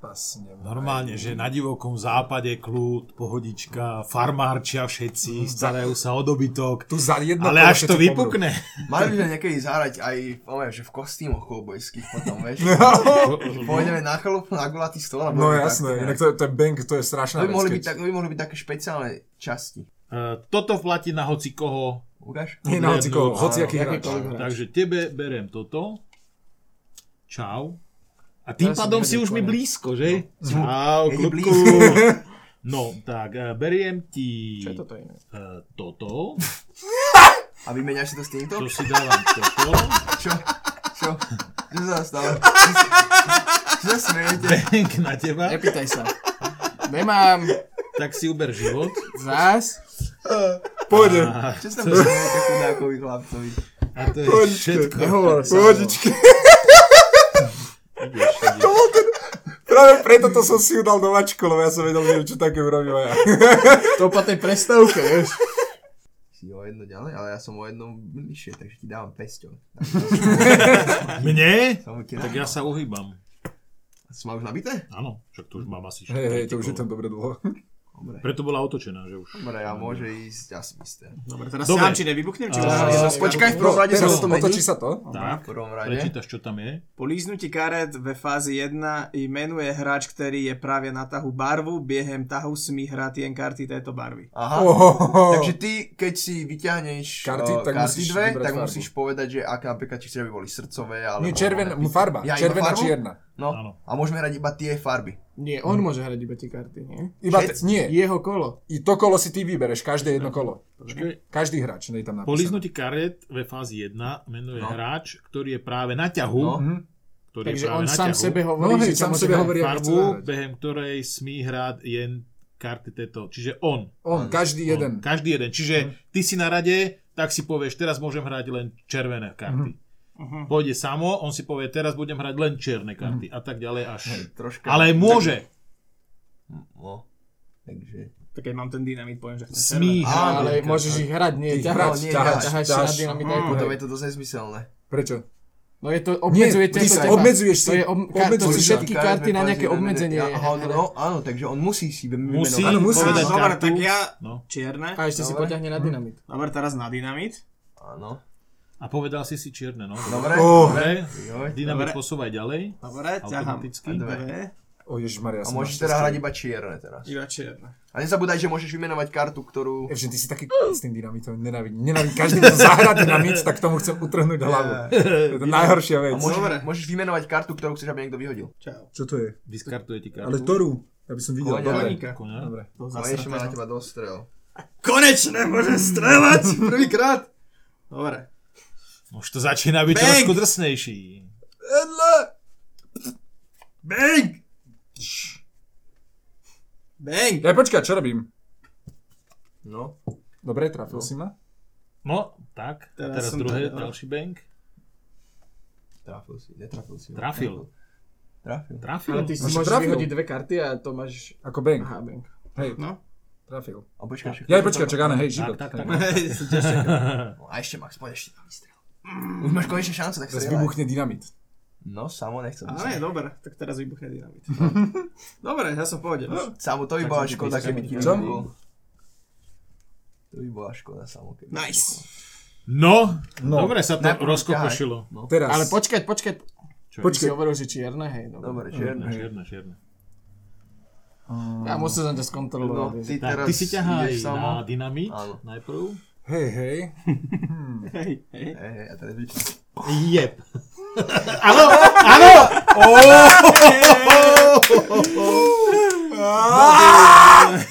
[SPEAKER 4] Pasne.
[SPEAKER 1] Normálne, že na divokom západe kľud, pohodička, farmárčia všetci, starajú sa o dobytok.
[SPEAKER 4] Tu za jedno
[SPEAKER 1] Ale
[SPEAKER 4] kolo
[SPEAKER 1] až to
[SPEAKER 4] všetci
[SPEAKER 1] vypukne.
[SPEAKER 3] Mali by sme niekedy zahrať aj, poviem, že v kostýmoch koubojských potom, vieš. Pôjdeme na chalupu, na gulatý stôl. a
[SPEAKER 4] No
[SPEAKER 3] budeme
[SPEAKER 4] jasné,
[SPEAKER 3] tak-
[SPEAKER 4] inak to je, to je bank, to je strašná
[SPEAKER 3] To by, mohli byť,
[SPEAKER 4] vec.
[SPEAKER 3] tak, to by mohli byť také špeciálne časti.
[SPEAKER 1] Eh, Toto platí na hoci koho.
[SPEAKER 3] Ukáž?
[SPEAKER 4] Nie na hoci
[SPEAKER 3] no,
[SPEAKER 4] koho,
[SPEAKER 1] Áno,
[SPEAKER 4] hoci aký hráč.
[SPEAKER 5] Jakýkoľvek hráč.
[SPEAKER 1] Takže tebe berem toto. Čau. A tým
[SPEAKER 5] Ja som
[SPEAKER 1] pádom si
[SPEAKER 5] vedel
[SPEAKER 1] už mi
[SPEAKER 5] konec.
[SPEAKER 1] blízko, že? Čau,
[SPEAKER 3] Je
[SPEAKER 1] klubku.
[SPEAKER 3] blízko.
[SPEAKER 1] No, tak eh, beriem ti
[SPEAKER 5] Čo je toto iné?
[SPEAKER 1] eh, toto.
[SPEAKER 3] A vymeniaš si to s týmto?
[SPEAKER 1] To si dávam toto.
[SPEAKER 3] Čo? Čo? Čo sa stalo? Čo sa- Čo sa smiete?
[SPEAKER 1] Bank na teba.
[SPEAKER 5] Nepýtaj sa. Nemám.
[SPEAKER 1] Tak si uber život.
[SPEAKER 5] Zás.
[SPEAKER 4] Pôjde,
[SPEAKER 3] Čo sa tam smiete chudákovi chlapcovi?
[SPEAKER 1] A to je všetko.
[SPEAKER 5] Nehovor sa.
[SPEAKER 4] pohodičky. To bol ten- Práve preto to som si udal nováčku, lebo ja som vedel, že čo také urobím aj ja.
[SPEAKER 5] To po tej prestávke, vieš.
[SPEAKER 3] Si o jedno ďalej, ale ja som o jedno bližšie, takže ti dávam pesťou.
[SPEAKER 1] Mne?
[SPEAKER 3] Som ti
[SPEAKER 1] Tak ja sa uhýbam.
[SPEAKER 3] Si ma už nabité?
[SPEAKER 1] Áno, však to už mám asi
[SPEAKER 4] Hej, hej, to už je
[SPEAKER 1] štyri
[SPEAKER 4] tam dobre dlho.
[SPEAKER 3] Dobre.
[SPEAKER 1] Preto bola otočená, že už.
[SPEAKER 3] Dobre, ja môže ísť, ja si isté.
[SPEAKER 2] Dobre, teraz
[SPEAKER 1] Dobre.
[SPEAKER 2] sám či nevybuchnem, či
[SPEAKER 1] A-
[SPEAKER 2] už...
[SPEAKER 3] Počkaj, v prvom rade sa
[SPEAKER 4] No, teraz
[SPEAKER 3] to mení.
[SPEAKER 4] otočí sa to.
[SPEAKER 1] Tak,
[SPEAKER 3] V prvom rade.
[SPEAKER 1] prečítaš, čo tam je?
[SPEAKER 2] Po líznutí karet ve fázi 1 jmenuje hráč, který je právě na tahu barvu, během tahu smí hrát jen karty této barvy.
[SPEAKER 3] Aha.
[SPEAKER 4] Ohohoho.
[SPEAKER 3] Takže ty, keď si vyťahneš
[SPEAKER 4] Karty,
[SPEAKER 3] karty,
[SPEAKER 4] tak
[SPEAKER 3] tak karty
[SPEAKER 4] musíš
[SPEAKER 3] dve,
[SPEAKER 4] vybrať
[SPEAKER 3] tak
[SPEAKER 4] farbu.
[SPEAKER 3] musíš povedať, že aké napríklad, či chceš, aby boli srdcové, alebo...
[SPEAKER 4] Nie, červená
[SPEAKER 3] alebo-
[SPEAKER 4] farba.
[SPEAKER 3] Ja iba
[SPEAKER 4] Červená,
[SPEAKER 3] farbu?
[SPEAKER 4] čierna.
[SPEAKER 3] No,
[SPEAKER 1] Áno.
[SPEAKER 3] a môžeme hrať iba tie farby.
[SPEAKER 5] Nie, on môže hrať iba tie karty, nie?
[SPEAKER 4] Iba t- nie,
[SPEAKER 5] Jeho kolo.
[SPEAKER 4] i to kolo si ty vybereš, každé jedno kolo.
[SPEAKER 1] Počkaj.
[SPEAKER 4] Každý hráč, nej tam
[SPEAKER 1] Po
[SPEAKER 4] napísané.
[SPEAKER 1] liznutí karet ve fázi 1 menuje
[SPEAKER 3] No.
[SPEAKER 1] hráč, ktorý je práve na ťahu,
[SPEAKER 3] No.
[SPEAKER 1] ktorý je
[SPEAKER 5] Takže
[SPEAKER 1] práve
[SPEAKER 5] on
[SPEAKER 1] na
[SPEAKER 5] sám
[SPEAKER 1] ťahu,
[SPEAKER 5] sebe hovorí,
[SPEAKER 4] Mhm. No hej, No.
[SPEAKER 5] že čo
[SPEAKER 4] sám
[SPEAKER 5] môže
[SPEAKER 4] sebe
[SPEAKER 5] hrať.
[SPEAKER 4] hovorí, ako chce
[SPEAKER 1] farbu,
[SPEAKER 4] hrať.
[SPEAKER 1] behem ktorej smí hrať jen karty tieto. Čiže on.
[SPEAKER 4] On, každý
[SPEAKER 1] on.
[SPEAKER 4] jeden. Mhm.
[SPEAKER 1] No. Každý jeden. Čiže ty si na rade, tak si povieš, teraz môžem hrať len červené karty.
[SPEAKER 3] Mhm.
[SPEAKER 1] Pôjde samo, on si povie, teraz budem hrať len čierne karty
[SPEAKER 4] Mhm.
[SPEAKER 1] a tak ďalej až.
[SPEAKER 3] Troška.
[SPEAKER 1] Ale môže.
[SPEAKER 3] No, takže...
[SPEAKER 2] Tak keď mám ten dynamit, poviem, že chcem
[SPEAKER 1] Smí
[SPEAKER 3] Áno,
[SPEAKER 1] hrať.
[SPEAKER 5] Ale
[SPEAKER 1] len
[SPEAKER 5] môžeš ich hrať, nie
[SPEAKER 4] Ty Hm,
[SPEAKER 5] ťahať.
[SPEAKER 3] hráč,
[SPEAKER 5] Ťahať,
[SPEAKER 3] ťahať,
[SPEAKER 5] ťahať si na
[SPEAKER 4] ťaháš.
[SPEAKER 5] dynamit.
[SPEAKER 3] Mm,
[SPEAKER 5] ako
[SPEAKER 3] potom
[SPEAKER 5] hej.
[SPEAKER 3] je to dosť nezmyselné.
[SPEAKER 4] Prečo?
[SPEAKER 5] No je to,
[SPEAKER 4] Nie,
[SPEAKER 5] obmedzuje
[SPEAKER 4] ty
[SPEAKER 5] to
[SPEAKER 4] sa
[SPEAKER 5] teba.
[SPEAKER 4] obmedzuješ
[SPEAKER 5] To je,
[SPEAKER 4] si.
[SPEAKER 5] ob, ka, to sú
[SPEAKER 4] Obmedzuješ
[SPEAKER 5] všetky
[SPEAKER 3] Karty
[SPEAKER 5] karty na
[SPEAKER 3] sme
[SPEAKER 5] nejaké
[SPEAKER 3] povedali,
[SPEAKER 5] obmedzenie.
[SPEAKER 3] Ja, aha, on- no, áno, takže on musí si
[SPEAKER 1] Musí
[SPEAKER 3] vymenovať.
[SPEAKER 4] Áno, musí.
[SPEAKER 1] povedať
[SPEAKER 2] Dobre,
[SPEAKER 1] kartu.
[SPEAKER 2] tak ja-
[SPEAKER 1] No.
[SPEAKER 2] čierne.
[SPEAKER 5] A ešte si
[SPEAKER 3] Dobre.
[SPEAKER 5] poťahne na dynamit.
[SPEAKER 4] Hm?
[SPEAKER 2] Dobre, teraz na dynamit.
[SPEAKER 3] Áno.
[SPEAKER 1] A povedal si si čierne, no.
[SPEAKER 3] Dobre,
[SPEAKER 4] Oh.
[SPEAKER 3] dobre.
[SPEAKER 1] Dobre,
[SPEAKER 3] Joj.
[SPEAKER 1] dynamit
[SPEAKER 2] Dobre. No.
[SPEAKER 1] posúvaj ďalej.
[SPEAKER 2] Dobre, ťahám.
[SPEAKER 1] Automaticky.
[SPEAKER 3] Dve.
[SPEAKER 2] Dve.
[SPEAKER 4] O
[SPEAKER 3] A
[SPEAKER 4] Ježišmaria, som
[SPEAKER 3] môžeš
[SPEAKER 4] našťastie.
[SPEAKER 3] teda hrať iba čierne teraz.
[SPEAKER 2] Iba čierne.
[SPEAKER 3] A nezabúdaj, že môžeš vymenovať kartu, ktorú...
[SPEAKER 4] Evžen, ty si taký k- s tým dynamitom, nenávidím. Nenávidím, každý kto zahrá dynamit, tak tomu chcem utrhnúť hlavu. To je to najhoršia
[SPEAKER 3] A
[SPEAKER 4] vec.
[SPEAKER 3] môžeš,
[SPEAKER 2] Dobre.
[SPEAKER 3] môžeš vymenovať kartu, ktorú chceš, aby niekto vyhodil.
[SPEAKER 2] Čau.
[SPEAKER 4] Čo to je?
[SPEAKER 1] Diskartuje ti kartu.
[SPEAKER 4] Ale ktorú? Ja by som videl.
[SPEAKER 3] Koňa.
[SPEAKER 4] Dobre.
[SPEAKER 2] Koníka.
[SPEAKER 1] Koňa.
[SPEAKER 4] Dobre.
[SPEAKER 2] To
[SPEAKER 3] Ale
[SPEAKER 2] zase
[SPEAKER 3] No, ešte má na teba dostrel.
[SPEAKER 2] Konečne môžem strelať! Prvýkrát! Dobre.
[SPEAKER 1] Už to začína byť
[SPEAKER 2] Bang!
[SPEAKER 1] trošku drsnejší.
[SPEAKER 2] Bang! Bang!
[SPEAKER 4] Ja počkaj, čo robím?
[SPEAKER 3] No.
[SPEAKER 4] Dobre, trafil si ma?
[SPEAKER 1] No, tak. A
[SPEAKER 2] Teraz
[SPEAKER 1] teraz
[SPEAKER 2] som
[SPEAKER 1] druhé,
[SPEAKER 2] to-
[SPEAKER 1] ďalší bank.
[SPEAKER 3] Trafil si, netrafil si.
[SPEAKER 1] Trafil.
[SPEAKER 3] Trafil.
[SPEAKER 1] Trafil.
[SPEAKER 5] Ale ty si
[SPEAKER 4] Máš
[SPEAKER 5] môžeš
[SPEAKER 4] trafil.
[SPEAKER 5] vyhodiť dve karty a to máš...
[SPEAKER 4] Ako bang.
[SPEAKER 5] Aha, bank.
[SPEAKER 4] Hej,
[SPEAKER 2] No.
[SPEAKER 4] trafil.
[SPEAKER 3] A počkaj, že-
[SPEAKER 4] Ja aj počkaj, čakáne, hej,
[SPEAKER 1] tak,
[SPEAKER 4] život.
[SPEAKER 1] tak,
[SPEAKER 4] Hej.
[SPEAKER 1] tak.
[SPEAKER 2] Hej, som tiež čakal.
[SPEAKER 3] No, A ešte Max, poď ešte tam vystrel. Už máš konečne šancu, tak
[SPEAKER 4] Teraz
[SPEAKER 3] strieľaj.
[SPEAKER 4] vybuchne dynamit.
[SPEAKER 3] No, samo nechcem.
[SPEAKER 2] Ale nie, dobre, tak teraz vybuchne dynamit. No. Dobre, ja som v pohode.
[SPEAKER 3] Samo to by bola škoda, keby ti
[SPEAKER 4] Čo?
[SPEAKER 3] vybuchol. To by bola škoda, samo keby.
[SPEAKER 2] Nice.
[SPEAKER 1] No,
[SPEAKER 4] No.
[SPEAKER 1] dobre sa to
[SPEAKER 3] Najprv
[SPEAKER 1] rozkokošilo.
[SPEAKER 3] ťahaj. No.
[SPEAKER 4] Teraz.
[SPEAKER 5] Ale počkať, počkať.
[SPEAKER 1] Čo je?
[SPEAKER 5] Počkaj. Si hovoril, že čierne, hej, dobre.
[SPEAKER 3] Dobre, čierne.
[SPEAKER 1] Čierne, čierne.
[SPEAKER 5] Ja musím sa to skontrolovať.
[SPEAKER 3] No,
[SPEAKER 5] vieš.
[SPEAKER 3] ty
[SPEAKER 1] Tak,
[SPEAKER 3] teraz
[SPEAKER 1] ty si ťahaj
[SPEAKER 3] ideš samo.
[SPEAKER 1] na dynamit
[SPEAKER 3] Áno.
[SPEAKER 1] najprv.
[SPEAKER 4] Hej, hej.
[SPEAKER 2] Hej, hej.
[SPEAKER 3] Hej, hej, a teraz by...
[SPEAKER 1] Jep. Áno, áno!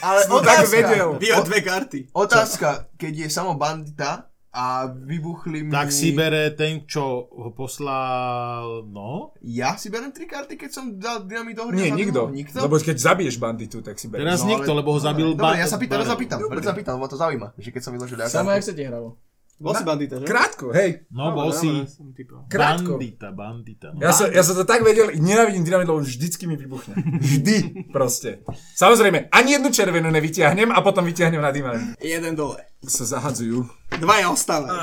[SPEAKER 3] Ale
[SPEAKER 4] Tak
[SPEAKER 3] otázka,
[SPEAKER 4] vedel.
[SPEAKER 2] Vyhod dve karty.
[SPEAKER 3] otázka, keď je samo bandita a vybuchli mi...
[SPEAKER 1] Tak si bere ten, čo ho poslal, no.
[SPEAKER 3] Ja si berem tri karty, keď som dal dynamit do hry.
[SPEAKER 4] Nie,
[SPEAKER 3] a zabudol.
[SPEAKER 4] nikto.
[SPEAKER 3] Nikto? No,
[SPEAKER 4] Lebo keď zabiješ banditu, tak si no. bereš.
[SPEAKER 1] Teraz nikto, lebo ho zabil
[SPEAKER 3] Dobre,
[SPEAKER 1] ba-
[SPEAKER 3] ja sa pýtam, ja
[SPEAKER 1] barel.
[SPEAKER 3] sa pýtam, ja sa pýtam, ma to zaujíma, že keď som vyložil ja
[SPEAKER 5] Samo jak sa ti hralo.
[SPEAKER 2] Bol si bandita, že?
[SPEAKER 4] Krátko, hej.
[SPEAKER 1] No, bol si
[SPEAKER 2] som typol.
[SPEAKER 4] Krátko.
[SPEAKER 1] bandita, bandita. No.
[SPEAKER 4] Ja som, ja som to tak vedel, nenávidím dynamit, lebo vždycky mi vybuchne. Vždy proste. Samozrejme, ani jednu červenú nevyťahnem a potom vyťahnem na dynamit.
[SPEAKER 2] Jeden dole.
[SPEAKER 4] Sa zahadzujú.
[SPEAKER 2] Dvaja ostávajú.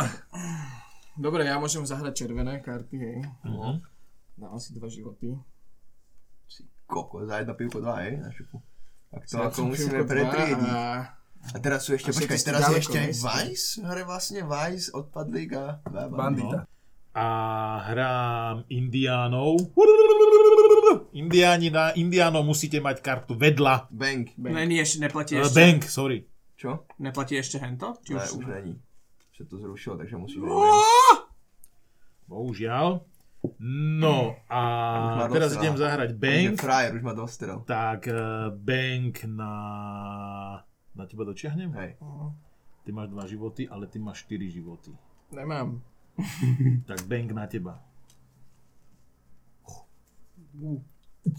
[SPEAKER 5] Dobre, ja môžem zahrať červené karty, hej. Dávam si dva životy.
[SPEAKER 3] koko, za jedno pivko dva, hej, na šupu. Tak to ako
[SPEAKER 5] Som
[SPEAKER 3] musíme
[SPEAKER 5] chvíľku, dva
[SPEAKER 3] pretriediť.
[SPEAKER 5] a
[SPEAKER 3] A teraz sú ešte,
[SPEAKER 5] A
[SPEAKER 3] počkaj,
[SPEAKER 5] všetci ste
[SPEAKER 3] teraz je
[SPEAKER 5] ďaleko,
[SPEAKER 3] ešte
[SPEAKER 5] nie ste?
[SPEAKER 3] Vice, hre vlastne Vice, odpadlík a
[SPEAKER 4] Bandita.
[SPEAKER 1] A hrám indiánov. Indiáni na indiánov musíte mať kartu vedľa.
[SPEAKER 3] Bang.
[SPEAKER 2] Ne, nie, ešte neplatí
[SPEAKER 1] Ešte.
[SPEAKER 2] ešte.
[SPEAKER 1] Bank, sorry.
[SPEAKER 3] Čo?
[SPEAKER 2] Neplatí ešte hento? Či
[SPEAKER 3] Ne,
[SPEAKER 2] už...
[SPEAKER 3] už není. Sa to zrušilo, takže musíme...
[SPEAKER 1] Bohužiaľ. No a
[SPEAKER 3] Už ma
[SPEAKER 1] teraz
[SPEAKER 3] dostala.
[SPEAKER 1] idem zahrať
[SPEAKER 3] Takže
[SPEAKER 1] bank.
[SPEAKER 3] frajer už ma dostrel.
[SPEAKER 1] Tak eh, bank na... Na teba dočiahnem?
[SPEAKER 3] Hej.
[SPEAKER 1] Ty máš dva životy, ale ty máš 4 životy.
[SPEAKER 5] Nemám.
[SPEAKER 1] Tak bank na teba.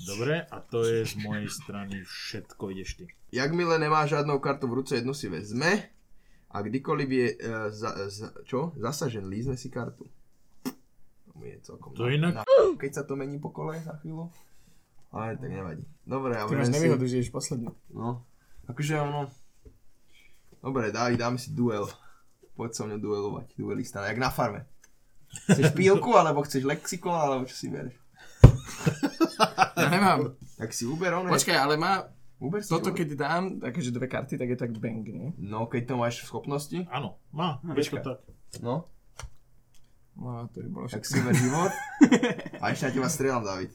[SPEAKER 1] Dobre, a to je z mojej strany všetko, ideš ty.
[SPEAKER 3] Jakmile nemá žádnou kartu v ruce, jednu si vezme a kdykoliv je e, za, za, čo? zasažen, lízne si kartu. To mi je celkom
[SPEAKER 1] To je inak-
[SPEAKER 3] Keď sa to mení po kole za chvíľu. Ale tak nevadí. Dobre, a
[SPEAKER 5] Ty máš
[SPEAKER 3] budem si...
[SPEAKER 5] nevýhodu, že ješ posledný.
[SPEAKER 3] No, akože ono... Dobre, daj, dáme si duel. Poď so mnou duelovať, duelista, jak na farme. Chceš pílku, alebo chceš lexikon, alebo čo si bereš?
[SPEAKER 5] Ja nemám.
[SPEAKER 3] Tak si uber ono.
[SPEAKER 5] Počkaj, ale má...
[SPEAKER 3] uber si
[SPEAKER 5] Toto
[SPEAKER 3] uber.
[SPEAKER 5] keď dám, akože dve karty, tak je tak bang, nie?
[SPEAKER 3] No, keď to máš v schopnosti,
[SPEAKER 1] Áno, má, je to
[SPEAKER 3] Počkaj.
[SPEAKER 1] tak.
[SPEAKER 3] no,
[SPEAKER 5] No to by bolo
[SPEAKER 3] tak
[SPEAKER 5] všetko.
[SPEAKER 3] si uber život. A ešte na teba strieľam, David.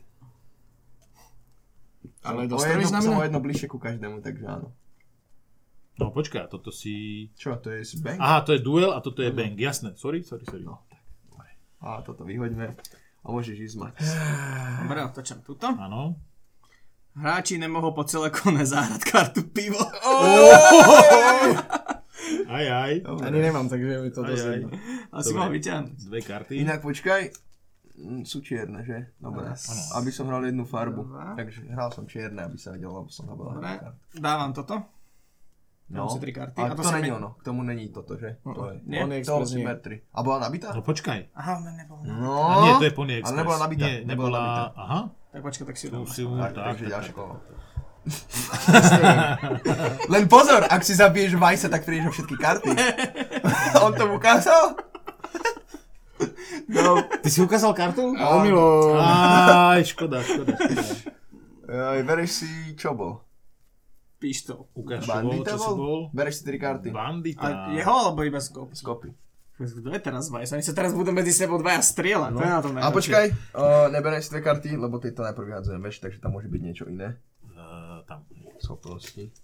[SPEAKER 5] Ale
[SPEAKER 3] O jedno,
[SPEAKER 5] dostaneš na
[SPEAKER 3] som o
[SPEAKER 5] mňa?
[SPEAKER 3] jedno bližšie ku každému, takže áno.
[SPEAKER 1] No počkaj, a toto si...
[SPEAKER 3] Čo, to je z bank?
[SPEAKER 1] Aha, to je duel a toto je bang, jasné, sorry, sorry, sorry.
[SPEAKER 3] No, tak, dobre. A toto vyhoďme. A môžeš ísť mať.
[SPEAKER 2] Dobre, otočam tuto.
[SPEAKER 1] Áno.
[SPEAKER 2] Hráči nemohol po celé kone zahrať kartu pivo.
[SPEAKER 1] Aj, aj.
[SPEAKER 3] No,
[SPEAKER 5] Ani nemám, takže mi to
[SPEAKER 1] Aj,
[SPEAKER 5] dosť
[SPEAKER 1] aj.
[SPEAKER 5] jedno.
[SPEAKER 2] Asi
[SPEAKER 1] Dobre.
[SPEAKER 2] mal vyťahnuť.
[SPEAKER 1] Dve karty.
[SPEAKER 3] Inak počkaj, Mm, sú čierne, že? Dobre. Aby som hral jednu farbu. Takže hral som čierne, aby sa vedel, lebo som hral
[SPEAKER 2] Dobre,
[SPEAKER 3] kartu.
[SPEAKER 2] dávam toto.
[SPEAKER 3] No,
[SPEAKER 2] si tri karty. A
[SPEAKER 3] ale
[SPEAKER 2] to
[SPEAKER 3] to,
[SPEAKER 2] si
[SPEAKER 3] není
[SPEAKER 2] mi-
[SPEAKER 3] ono, k tomu není toto, že? To je,
[SPEAKER 2] Nie,
[SPEAKER 5] On je
[SPEAKER 3] to
[SPEAKER 5] expres
[SPEAKER 3] si
[SPEAKER 5] nie.
[SPEAKER 3] ber tri. A bola nabitá?
[SPEAKER 1] No počkaj.
[SPEAKER 2] Aha, ona nebola.
[SPEAKER 3] No,
[SPEAKER 1] A nie, to je Pony Express.
[SPEAKER 3] Ale nebola nabitá.
[SPEAKER 1] Nie, nebola...
[SPEAKER 3] nabitá.
[SPEAKER 1] Aha,
[SPEAKER 2] Tak počkaj, tak si ju
[SPEAKER 1] tu
[SPEAKER 2] dám.
[SPEAKER 1] si mu...
[SPEAKER 3] Tak,
[SPEAKER 1] Tak,
[SPEAKER 3] takže
[SPEAKER 1] tak,
[SPEAKER 3] ďalšie kolo. Len pozor, ak si zabiješ Vajsa, tak prídeš o všetky karty. On to ukázal? No,
[SPEAKER 5] Ty si ukázal kartu? A omilo.
[SPEAKER 1] Aj, škoda, škoda, škoda.
[SPEAKER 3] Aj, bereš si čo bol?
[SPEAKER 2] Pištol.
[SPEAKER 1] Ukáž, čo bol,
[SPEAKER 3] Bandita
[SPEAKER 1] čo si bol?
[SPEAKER 3] bol? Bereš si tri karty.
[SPEAKER 1] Bandita.
[SPEAKER 2] A jeho alebo iba z kopy?
[SPEAKER 3] Skopy.
[SPEAKER 2] Kto je teraz Vajs? Oni sa teraz budú medzi sebou dvaja strieľať. To je na tom
[SPEAKER 3] A počkaj, o, neberaj si dve karty, lebo ty to najprv vyhadzujem, vieš, takže tam môže byť niečo iné.
[SPEAKER 1] Eh, tam.
[SPEAKER 3] Schopnosti.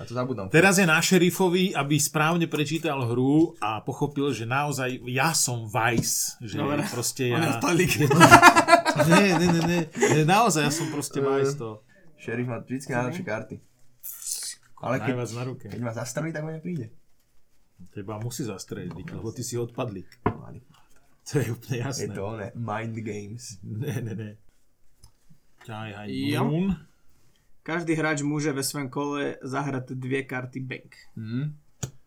[SPEAKER 3] A to zabudám.
[SPEAKER 1] Teraz je na šerifovi, aby správne prečítal hru a pochopil, že naozaj ja som Vice. Že
[SPEAKER 2] Dobre.
[SPEAKER 1] proste
[SPEAKER 2] On je
[SPEAKER 1] ja...
[SPEAKER 2] alkoholik.
[SPEAKER 1] Nie, nie, nie, nie, nie, naozaj ja som proste Vice to.
[SPEAKER 3] Šerif má vždycky najlepšie karty. Ale keď,
[SPEAKER 1] Najviac na ruke.
[SPEAKER 3] keď ma zastrelí, tak ho nepríde.
[SPEAKER 1] Teba musí zastreliť, lebo ty si odpadlík.
[SPEAKER 3] Mali.
[SPEAKER 1] To je úplne
[SPEAKER 3] Je
[SPEAKER 1] jasné.
[SPEAKER 3] to oné, mind games.
[SPEAKER 1] Ne, ne, ne. Ťahaj, haj,
[SPEAKER 2] Jo.
[SPEAKER 1] moon.
[SPEAKER 2] Každý hráč môže ve svojom kole zahrať dvie karty bank.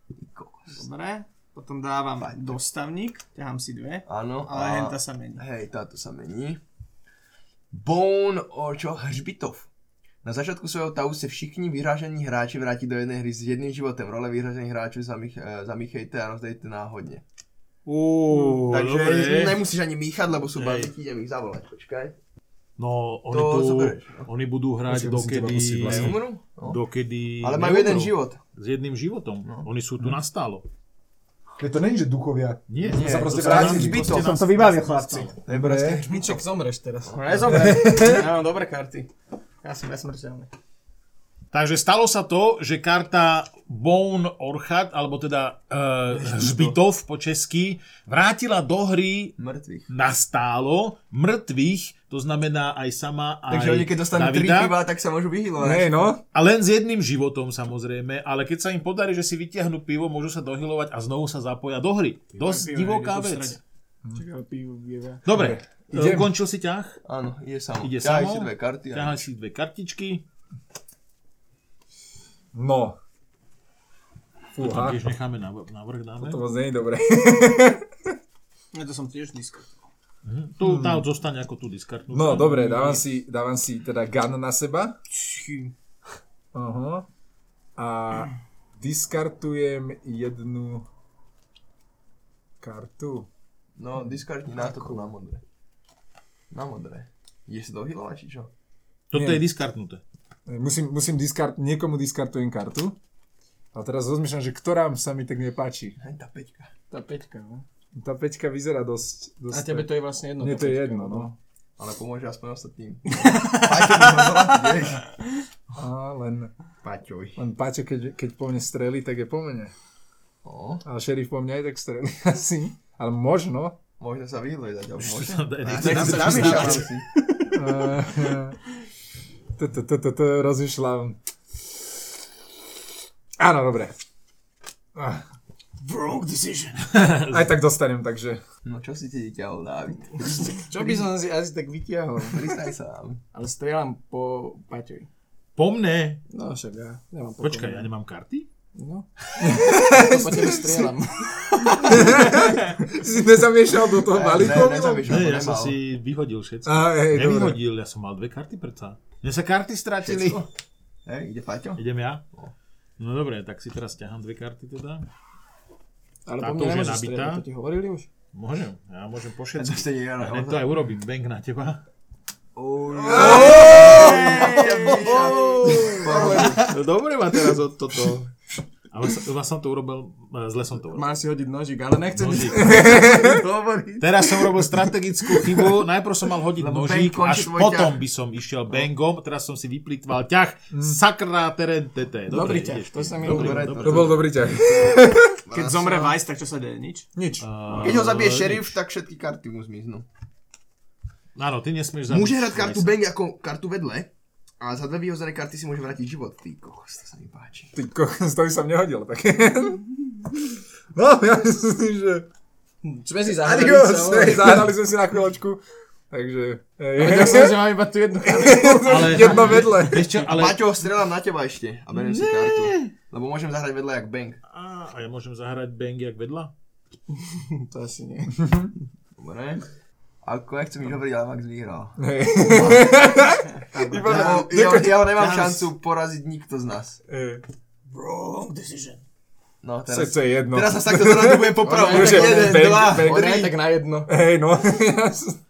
[SPEAKER 3] Ty kokos.
[SPEAKER 2] Dobre. Potom dávam dostavník. Ťahám si dve.
[SPEAKER 3] Áno.
[SPEAKER 2] Ale henta sa mení.
[SPEAKER 3] Hej, táto sa mení. Bone, o čo, hřbitov. Na začátku svého tahu se všichni vyhražení hráči vrátí do jedné hry s jedným životem. Role vyhražených hráčů zamích, eh, zamíchejte a rozdejte náhodně.
[SPEAKER 1] Uuu,
[SPEAKER 3] Takže
[SPEAKER 1] dobre.
[SPEAKER 3] nemusíš ani míchat, lebo sú
[SPEAKER 1] Hej.
[SPEAKER 3] balíky, idem ich zavolať, počkaj.
[SPEAKER 1] No, oni,
[SPEAKER 3] To
[SPEAKER 1] tu,
[SPEAKER 3] zoberieš, no.
[SPEAKER 1] oni budú hrať
[SPEAKER 4] Počkaj, musím teba
[SPEAKER 1] dokedy...
[SPEAKER 4] pustiť vlastne.
[SPEAKER 3] Neumru? No.
[SPEAKER 1] Dokedy...
[SPEAKER 3] Ale majú
[SPEAKER 1] neumrú.
[SPEAKER 3] jeden život. No.
[SPEAKER 1] S jedním životom. Oni sú tu nastálo.
[SPEAKER 4] Veď to není, že duchovia.
[SPEAKER 1] Nie,
[SPEAKER 4] To sa proste
[SPEAKER 1] to
[SPEAKER 4] vrátili.
[SPEAKER 1] nám-
[SPEAKER 3] Zbytok.
[SPEAKER 1] proste
[SPEAKER 3] Som
[SPEAKER 1] nás-
[SPEAKER 5] to vybavil, chlapci.
[SPEAKER 4] Dobre.
[SPEAKER 5] Miček, zomreš teraz.
[SPEAKER 2] No nezobrať. Ja mám dobré karty. Ja som nesmrteľný.
[SPEAKER 1] Takže stalo sa to, že karta Bone Orchard, alebo teda uh, Zbytov po česky, vrátila do hry
[SPEAKER 3] Mŕtvych.
[SPEAKER 1] nastálo mŕtvych, to znamená aj sama, aj
[SPEAKER 3] Takže oni keď dostanú tri
[SPEAKER 1] Davida,
[SPEAKER 3] piva, tak sa môžu vyhýlovať.
[SPEAKER 4] Hej, no.
[SPEAKER 1] a len s jedným životom samozrejme, ale keď sa im podarí, že si vytiahnu pivo, môžu sa dohylovať a znovu sa zapoja do hry. Dosť
[SPEAKER 2] pivo,
[SPEAKER 1] divoká
[SPEAKER 2] niekde tu v
[SPEAKER 1] vec.
[SPEAKER 2] strede.
[SPEAKER 5] Čakaj, pivo, pivo.
[SPEAKER 1] Dobre,
[SPEAKER 4] Idem.
[SPEAKER 1] Idem. ukončil si ťah,
[SPEAKER 3] Áno, ide samo.
[SPEAKER 1] ide
[SPEAKER 3] Ťahaj
[SPEAKER 1] samo,
[SPEAKER 3] si dve karty. a-
[SPEAKER 1] ťahaj si dve kartičky,
[SPEAKER 4] No.
[SPEAKER 1] to
[SPEAKER 4] Fúha,
[SPEAKER 1] tiež necháme na, na vrch dáme.
[SPEAKER 4] to moc nie je dobré.
[SPEAKER 2] Ja to som tiež nízko.
[SPEAKER 1] Tu tá zostane ako tu diskartnutá.
[SPEAKER 4] Hmm. No, dobre, dávam si, dávam si teda gun na seba. Aha. A diskartujem jednu kartu.
[SPEAKER 3] No, discardni na to tu na modré. Na modré. Ide si dohylovať, či čo?
[SPEAKER 1] Toto
[SPEAKER 4] Nie.
[SPEAKER 1] je diskartnuté.
[SPEAKER 4] Musím, musím diskart, niekomu diskartujem kartu. A teraz rozmýšľam, že ktorá sa mi tak nepáči.
[SPEAKER 3] Hej, tá peťka.
[SPEAKER 5] Tá peťka, no.
[SPEAKER 4] Tá peťka vyzerá dosť... dosť
[SPEAKER 5] A tebe to je vlastne jedno.
[SPEAKER 4] Mne to je jedno, no.
[SPEAKER 3] Ale pomôže aspoň ostatným. Paťo by ma zlá, vieš.
[SPEAKER 4] A len,
[SPEAKER 3] Paťoj.
[SPEAKER 4] len Paťo, keď, keď po mne strelí, tak je po mne.
[SPEAKER 3] No,
[SPEAKER 4] Ale šerif po mne aj tak strelí asi. Ale možno.
[SPEAKER 3] možno sa vyhľadať zatiaľ. Možno.
[SPEAKER 1] Nechcem
[SPEAKER 3] Nechcem
[SPEAKER 1] sa
[SPEAKER 3] dáme
[SPEAKER 1] priznávať.
[SPEAKER 3] šancu si.
[SPEAKER 4] Eh, to- to- to- to- to Rozmýšľam. Áno, dobre. Ah,
[SPEAKER 2] Broke decision.
[SPEAKER 4] Aj tak dostanem, takže...
[SPEAKER 3] No čo si ti ťahol, Dávid?
[SPEAKER 5] Čo by som si asi tak vytiahol?
[SPEAKER 3] Priznaj sám.
[SPEAKER 5] Ale strieľam po Paťovi.
[SPEAKER 1] Po mne?
[SPEAKER 5] No však ja nemám po
[SPEAKER 1] Počkaj, ja nemám karty?
[SPEAKER 5] No. To po tebe strieľam.
[SPEAKER 4] Si nezamiešal do toho balíku?
[SPEAKER 3] Ne, nezamýšľam,
[SPEAKER 1] Ne,
[SPEAKER 3] to
[SPEAKER 1] ja som
[SPEAKER 3] nemal.
[SPEAKER 1] si vyhodil všetko.
[SPEAKER 4] Á, hej, dobre.
[SPEAKER 1] Nevyhodil, ja som mal dve karty predsa. Mne sa karty stratili.
[SPEAKER 3] Všetko? Hej, ide Paťo?
[SPEAKER 1] Idem ja? No dobre, tak si teraz ťahám dve karty teda.
[SPEAKER 5] Ale
[SPEAKER 1] Táto
[SPEAKER 5] po
[SPEAKER 1] už
[SPEAKER 5] mne
[SPEAKER 1] je
[SPEAKER 5] nemôžeš
[SPEAKER 1] nabitá?
[SPEAKER 5] strieľať, to ti hovorili už?
[SPEAKER 1] Môžem, ja môžem po
[SPEAKER 3] To
[SPEAKER 1] všetkých.
[SPEAKER 3] ste nie, ja
[SPEAKER 1] Hneď to aj urobím, Oh! bank na teba.
[SPEAKER 3] Oh,
[SPEAKER 1] No dobre ma teraz od toto. Ale sa- zle som to urobil, e, zle som to urobil.
[SPEAKER 5] Máš si hodiť nožík, ale nechcem.
[SPEAKER 1] Nožík.
[SPEAKER 3] Hovorí.
[SPEAKER 1] Teraz som robil strategickú chybu, najprv som mal hodiť
[SPEAKER 3] Lebo
[SPEAKER 1] nožík,
[SPEAKER 3] bang
[SPEAKER 1] až
[SPEAKER 3] končí tvoj
[SPEAKER 1] potom
[SPEAKER 3] ťah. Mm.
[SPEAKER 1] by som išiel bangom, teraz som si vyplýtval ťah, sakra teren tete.
[SPEAKER 5] Dobrý
[SPEAKER 1] Dobre,
[SPEAKER 5] ťah,
[SPEAKER 1] ideš
[SPEAKER 5] to
[SPEAKER 1] ty.
[SPEAKER 5] sa mi
[SPEAKER 1] Dobrý,
[SPEAKER 5] ľúbilo.
[SPEAKER 1] dobrý.
[SPEAKER 4] To bol dobrý ťah.
[SPEAKER 2] Keď zomre Vice, tak čo sa deje? Nič?
[SPEAKER 4] Nič.
[SPEAKER 3] Keď ho zabije šerif, tak všetky karty mu zmiznú.
[SPEAKER 1] Áno, ty nesmieš zabiť.
[SPEAKER 3] Môže hrať kartu
[SPEAKER 1] Nesmieš.
[SPEAKER 3] bang ako kartu vedle, a za dve vyhozené karty si môže vrátiť život. Ty kokos, to sa mi páči.
[SPEAKER 4] Ty kokos, to by sa mne hodilo také. No, ja myslím, že...
[SPEAKER 5] Hm, Sme si zahrali,
[SPEAKER 4] Adios,
[SPEAKER 5] samozrejme.
[SPEAKER 4] hej, zahrali sme si na chvíľočku. Takže... hej.
[SPEAKER 5] Vedel som, že mám iba tú jednu kartu.
[SPEAKER 1] Ale,
[SPEAKER 4] Jedno vedle.
[SPEAKER 1] vieš čo, ale...
[SPEAKER 3] Ale... Paťo, strelám na teba ešte a beriem si kartu. Lebo môžem zahrať vedľa jak bang.
[SPEAKER 1] Á, A ja môžem zahrať bang jak vedľa?
[SPEAKER 5] To asi nie.
[SPEAKER 3] Dobre. Ako nechcem nič hovoriť, ale Max vyhral.
[SPEAKER 4] Hej. Iba
[SPEAKER 3] Ja, ho- ja, ho- ja ho nemám šancu poraziť nikto z nás.
[SPEAKER 4] Hej.
[SPEAKER 5] Wrong decision.
[SPEAKER 3] No
[SPEAKER 4] Teraz,
[SPEAKER 3] teraz,
[SPEAKER 4] to je jedno.
[SPEAKER 3] teraz sa takto zrazu budem popravovať.
[SPEAKER 4] Dobre,
[SPEAKER 3] Jeden,
[SPEAKER 4] bang,
[SPEAKER 3] dva,
[SPEAKER 4] bang.
[SPEAKER 5] Dobre,
[SPEAKER 3] tri.
[SPEAKER 5] tak na jedno.
[SPEAKER 4] Hej, no. Ja, som-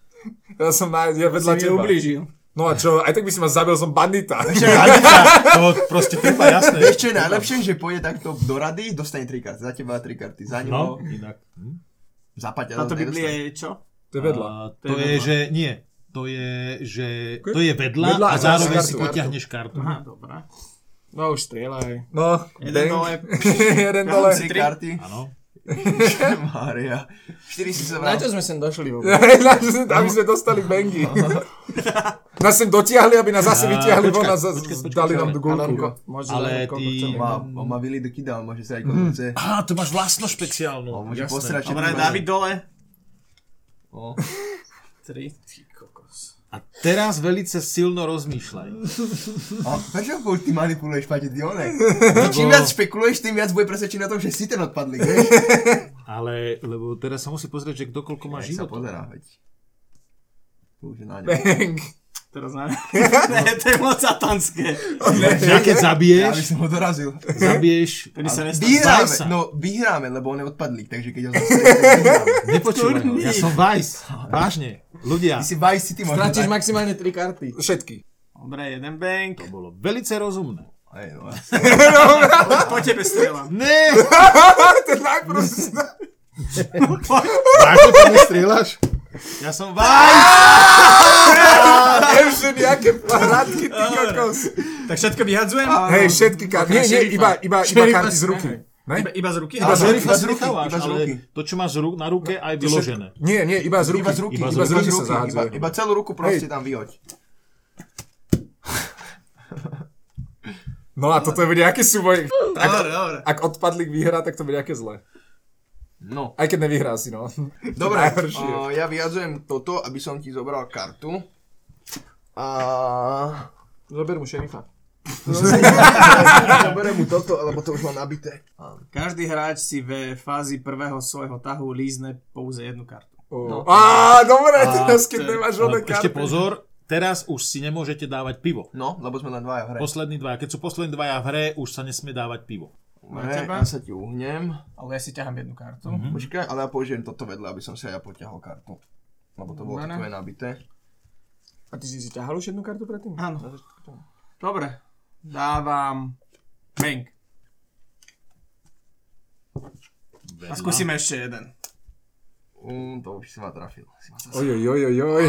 [SPEAKER 4] ja som na, ja vedľa
[SPEAKER 5] Si mi
[SPEAKER 4] teba.
[SPEAKER 5] ublížil.
[SPEAKER 4] No a čo, aj tak by si ma zabil, som bandita.
[SPEAKER 1] To proste treba, jasné.
[SPEAKER 3] Vieš čo je najlepšie, že pôjde takto do rady, dostane tri karty. Za teba tri karty, za
[SPEAKER 1] No,
[SPEAKER 3] ňou,
[SPEAKER 1] inak. Hm?
[SPEAKER 3] za Paťa.
[SPEAKER 2] Táto Biblia je
[SPEAKER 3] nedostane.
[SPEAKER 2] čo?
[SPEAKER 4] To je vedľa.
[SPEAKER 1] A to je, že nie. To je, že to je vedľa,
[SPEAKER 4] Vedľa
[SPEAKER 1] a
[SPEAKER 4] a
[SPEAKER 1] zároveň si
[SPEAKER 4] dáš kartu.
[SPEAKER 1] potiahneš kartu.
[SPEAKER 2] Aha, dobrá.
[SPEAKER 5] No už strieľaj.
[SPEAKER 4] No,
[SPEAKER 2] Jeden
[SPEAKER 4] bang.
[SPEAKER 2] dole.
[SPEAKER 4] jeden dole.
[SPEAKER 3] Tri karty.
[SPEAKER 1] Áno.
[SPEAKER 3] Mária. Štyri si sa
[SPEAKER 5] Na
[SPEAKER 3] vrátil.
[SPEAKER 5] čo sme sem došli vôbec?
[SPEAKER 4] Hej, na- Aby sme dostali bangy. Nás sem dotiahli, aby nás
[SPEAKER 1] A,
[SPEAKER 4] zase vytiahli, von
[SPEAKER 1] počkaj,
[SPEAKER 4] nás zase
[SPEAKER 1] počkaj, počkaj,
[SPEAKER 4] dali
[SPEAKER 1] počkaj.
[SPEAKER 4] nám do gulku.
[SPEAKER 5] Koľko? Môžeš
[SPEAKER 1] Ale
[SPEAKER 5] zahrať, koľko
[SPEAKER 1] ty-
[SPEAKER 5] chceme.
[SPEAKER 3] Má, on má Willy the Kid a môže sa aj koho chce.
[SPEAKER 1] Á, to máš vlastno
[SPEAKER 3] On
[SPEAKER 1] špeciálnu.
[SPEAKER 3] môže
[SPEAKER 1] Jasné.
[SPEAKER 3] postrať
[SPEAKER 2] Dobre, David dole.
[SPEAKER 3] O,
[SPEAKER 2] Tri. Ty kokos.
[SPEAKER 1] A teraz velice silno rozmýšľaj.
[SPEAKER 3] a prečo ho ty manipuluješ, Paťa, ty one? Čím viac špekuluješ, tým viac bude presvedčený na tom, že si ten odpadlík, vieš?
[SPEAKER 1] Ale, lebo teraz sa musí pozrieť, že kto koľko má
[SPEAKER 3] Nech sa
[SPEAKER 1] život.
[SPEAKER 3] pozerá, veď. To už je na ňom.
[SPEAKER 4] Bang.
[SPEAKER 2] Teraz na... ne, to je moc satanské.
[SPEAKER 1] Ja keď
[SPEAKER 3] Ja by
[SPEAKER 1] zabiješ,
[SPEAKER 3] som ho dorazil.
[SPEAKER 1] zabiješ.
[SPEAKER 2] Tedy sa
[SPEAKER 1] ale-
[SPEAKER 2] nestane.
[SPEAKER 3] Vyhráme,
[SPEAKER 1] sa.
[SPEAKER 3] no vyhráme, lebo on je odpadlík, takže keď ho zastrelíme,
[SPEAKER 1] Nepočúvaj, ho, ja
[SPEAKER 2] Kurník.
[SPEAKER 1] som Vice. Vážne. Ľudia,
[SPEAKER 3] Ty si Vice City možno.
[SPEAKER 5] Stratíš
[SPEAKER 3] tak-
[SPEAKER 5] maximálne 3 karty.
[SPEAKER 4] Všetky.
[SPEAKER 2] Dobre, jeden bank.
[SPEAKER 1] to bolo velice rozumné.
[SPEAKER 3] Aj, no, ja
[SPEAKER 2] Po tebe strieľam.
[SPEAKER 1] Ne!
[SPEAKER 4] Ten najprv-
[SPEAKER 1] Ako to nestrieľaš? Ja som Vice!
[SPEAKER 4] Evžen, jaké parádky, ty kokos.
[SPEAKER 2] Tak všetko vyhadzujem?
[SPEAKER 4] Hej, všetky karty. Nie, nie, iba, iba, iba
[SPEAKER 2] Šerifa
[SPEAKER 4] karty z
[SPEAKER 2] si
[SPEAKER 4] ruky. Ne?
[SPEAKER 2] Iba, iba z ruky?
[SPEAKER 3] Iba z
[SPEAKER 2] Aha.
[SPEAKER 3] ruky.
[SPEAKER 1] Šerifa si
[SPEAKER 3] z
[SPEAKER 1] nechávaš,
[SPEAKER 3] iba z
[SPEAKER 1] ale
[SPEAKER 3] ruky.
[SPEAKER 1] to, čo máš ru- na ruke, aj vyložené.
[SPEAKER 4] Nie, nie, iba z ruky.
[SPEAKER 3] Iba z ruky,
[SPEAKER 1] Iba z
[SPEAKER 4] Iba z ruky
[SPEAKER 3] iba,
[SPEAKER 4] sa
[SPEAKER 3] iba,
[SPEAKER 4] zahadzuje. no.
[SPEAKER 3] iba celú ruku proste
[SPEAKER 4] Hej.
[SPEAKER 3] tam vyhoď.
[SPEAKER 4] No a toto bude nejaký súboj.
[SPEAKER 2] Dobre,
[SPEAKER 4] Ak,
[SPEAKER 2] dobre.
[SPEAKER 4] ak odpadlík vyhrá, tak to bude nejaké zlé.
[SPEAKER 3] No.
[SPEAKER 4] Aj keď nevyhrá si, no.
[SPEAKER 3] Dobre,
[SPEAKER 4] Najhoršie.
[SPEAKER 3] o, ja vyhadzujem toto, aby som ti zobral kartu. A...
[SPEAKER 5] Zober mu šerifa.
[SPEAKER 3] Zoberiem mu toto, lebo to už mám nabité. A-
[SPEAKER 2] Každý hráč si ve fázi prvého svojho tahu lízne pouze jednu kartu.
[SPEAKER 4] No. Á, dobre, teraz keď nemáš
[SPEAKER 1] Ale
[SPEAKER 4] žiadne
[SPEAKER 1] Ešte
[SPEAKER 4] karty.
[SPEAKER 1] pozor, teraz už si nemôžete dávať pivo.
[SPEAKER 3] No, lebo sme len dvaja v hre.
[SPEAKER 1] Poslední dvaja. Keď sú poslední dvaja v hre, už sa nesmie dávať pivo.
[SPEAKER 3] Dobre,
[SPEAKER 2] Na teba?
[SPEAKER 3] ja sa ti uhnem.
[SPEAKER 5] Ale ja si ťahám jednu kartu.
[SPEAKER 3] Počkaj, ale ja použijem toto vedľa, aby som si aj ja potiahol kartu. Lebo to bolo
[SPEAKER 5] Dobre.
[SPEAKER 3] také nabité.
[SPEAKER 5] A ty si si ťahal už jednu kartu predtým?
[SPEAKER 2] Áno. Dobre. Dávam... Bank. A skúsime ešte jeden.
[SPEAKER 3] Um, to už si ma trafil. Si ma trafil.
[SPEAKER 4] Oj, oj, oj, oj, oj.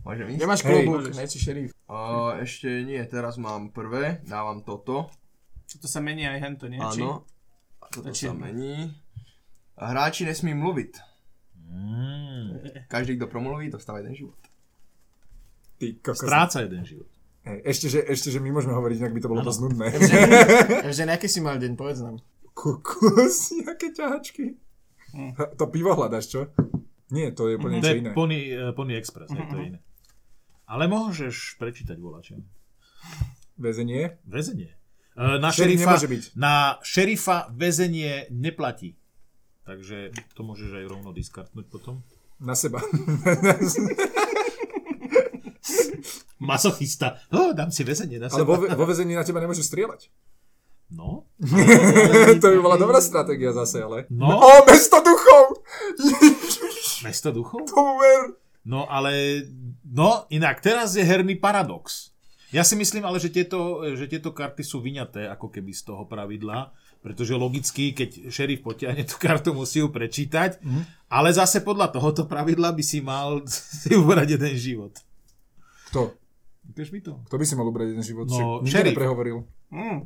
[SPEAKER 3] Môžem ísť?
[SPEAKER 5] Ja máš
[SPEAKER 4] Hej.
[SPEAKER 5] klobúk, ne si šerif.
[SPEAKER 3] Uh, ešte nie, teraz mám prvé, dávam toto.
[SPEAKER 2] To sa mení aj hento, nie? Či-
[SPEAKER 3] Áno. A toto
[SPEAKER 2] Či-
[SPEAKER 3] sa mení. Hráči nesmí mluviť.
[SPEAKER 1] Mm,
[SPEAKER 3] Každý, kto promluví, dostáva jeden život.
[SPEAKER 4] Ty kokos.
[SPEAKER 1] Stráca jeden život.
[SPEAKER 4] Hej, Ešte že, ešte, že my môžeme hovoriť, inak by to bolo dosť nudné.
[SPEAKER 5] Takže nejaký si mal deň, povedz nám.
[SPEAKER 4] Kokos, nejaké ťahačky.
[SPEAKER 1] Hm.
[SPEAKER 4] Ha, To pivo hľadaš, čo? Nie, to je
[SPEAKER 1] To
[SPEAKER 4] úplne niečo
[SPEAKER 1] je
[SPEAKER 4] iné.
[SPEAKER 1] Pony, eh, Pony Express, hej, to je iné. Ale môžeš prečítať volačo.
[SPEAKER 4] Väzenie.
[SPEAKER 1] Väzenie. Eh, Na
[SPEAKER 4] Šerif
[SPEAKER 1] šerifa,
[SPEAKER 4] nemôže byť.
[SPEAKER 1] na šerifa väzenie neplatí. Takže to môžeš aj rovno diskartnúť potom.
[SPEAKER 4] Na seba.
[SPEAKER 1] Masochista. Oh, dám si väzenie na
[SPEAKER 4] Ale vo,
[SPEAKER 1] seba.
[SPEAKER 4] ve- vo väzení na teba nemôžu strieľať.
[SPEAKER 1] No,
[SPEAKER 4] to by bola dobrá stratégia zase, ale...
[SPEAKER 1] No.
[SPEAKER 4] O, mesto duchov!
[SPEAKER 1] mesto duchov?
[SPEAKER 4] Pomer!
[SPEAKER 1] No ale, no inak teraz je herný paradox. Ja si myslím ale, že tieto, že tieto karty sú vyňaté ako keby z toho pravidla, pretože logicky, keď šerif potiahne tú kartu, musí ju prečítať, mm. ale zase podľa tohoto pravidla by si mal si ubrať jeden život.
[SPEAKER 4] Kto?
[SPEAKER 1] Vieš mi to?
[SPEAKER 4] Kto by si mal ubrať jeden život?
[SPEAKER 1] No,
[SPEAKER 4] Však nikto
[SPEAKER 1] šerif.
[SPEAKER 4] neprehovoril.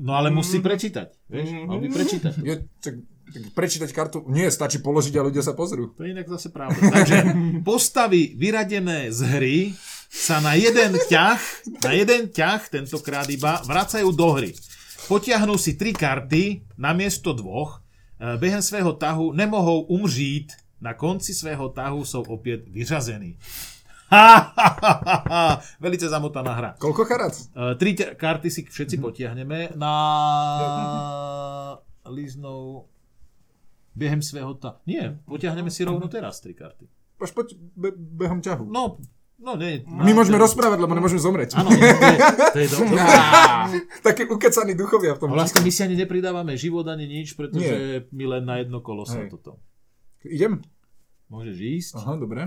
[SPEAKER 1] No ale musí prečítať, vieš? Mal by prečítať.
[SPEAKER 4] Ja, tak, tak prečítať kartu? Nie, stačí položiť a ľudia sa pozrú.
[SPEAKER 1] To je inak zase pravda. Takže postavy vyradené z hry sa na jeden ťah, na jeden ťah, tentokrát iba, vracajú do hry. Potiahnú si tri karty namiesto dvoch. E, Během svého tahu nemohou umřít. Na konci svého tahu sú opäť vyřazení. Ha, ha, ha, ha, ha. Velice zamotaná hra.
[SPEAKER 4] Koľko karát?
[SPEAKER 1] E, Tri te- karty si všetci potiahneme na líznou během svého ta... Nie, potiahneme si rovno teraz tri karty.
[SPEAKER 4] Až poď be, behom ťahu.
[SPEAKER 1] No, no nie.
[SPEAKER 4] My môžeme rozprávať, lebo nemôžeme zomrieť.
[SPEAKER 1] Áno, no, to je, to je dobré.
[SPEAKER 4] Také ukecaní duchovia v tom.
[SPEAKER 1] Vlastne my si ani nepridávame život ani nič, pretože my len na jedno kolo sa
[SPEAKER 4] Hej.
[SPEAKER 1] toto.
[SPEAKER 4] Idem?
[SPEAKER 1] Môžeš ísť.
[SPEAKER 4] Aha, dobre.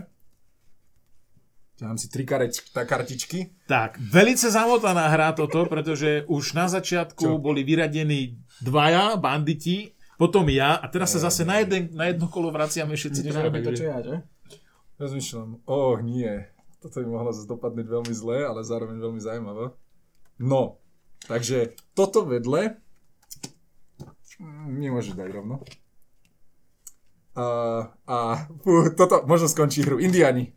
[SPEAKER 4] Ťahám si tri kareč, tá kartičky.
[SPEAKER 1] Tak, velice zamotaná hra toto, pretože už na začiatku
[SPEAKER 4] Čo?
[SPEAKER 1] boli vyradení dvaja banditi, potom ja a teraz sa zase na, jeden, na jedno kolo vraciame všetci.
[SPEAKER 5] Ideš
[SPEAKER 1] traja,
[SPEAKER 5] robiť to,
[SPEAKER 1] takže-
[SPEAKER 5] čo ja, že?
[SPEAKER 4] Rozmýšľam, oh nie, toto by mohlo zase dopadnúť veľmi zle, ale zároveň veľmi zaujímavo. No, takže toto vedle Mm, nemôžeš dať rovno. A, a fú, toto možno skončí hru. Indiani.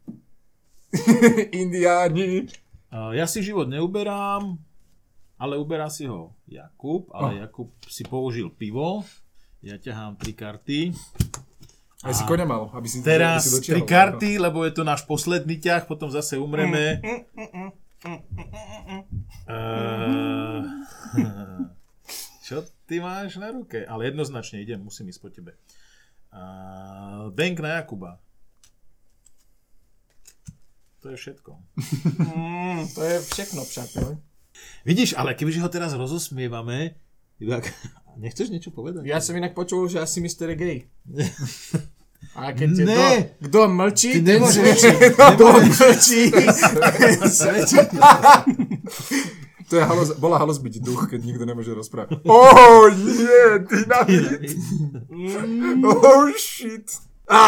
[SPEAKER 4] Indiani.
[SPEAKER 1] Uh, Ja si život neuberám, ale uberá si ho Jakub, ale oh. Jakub si použil pivo, ja ťahám tri karty.
[SPEAKER 4] Aj si koňa mal, aby si
[SPEAKER 1] Teraz
[SPEAKER 4] aby si
[SPEAKER 1] tri
[SPEAKER 4] dotiahol. no.
[SPEAKER 1] karty, lebo je to náš posledný ťah, potom zase umreme.
[SPEAKER 4] Mm,
[SPEAKER 1] Eh, Čo ty máš na ruke? Ale jednoznačne idem, musím ísť po tebe. Uh, bank na Jakuba. To je všetko.
[SPEAKER 5] To je všechno však, no. ne?
[SPEAKER 1] Vidíš, ale kebyže ho teraz rozosmievame, tak nechceš niečo povedať?
[SPEAKER 5] Ja som inak počul, že asi Mr. Gay. A keď je
[SPEAKER 1] Ne.
[SPEAKER 5] kto, kto mlčí,
[SPEAKER 1] Ty
[SPEAKER 5] ten
[SPEAKER 1] nemôžeš.
[SPEAKER 5] svedčí. Kto mlčí, ten svedčí.
[SPEAKER 4] To je halos, bola halos byť duch, keď nikto nemôže rozprávať. Oh, nie, dynamit. Oh, shit. Á,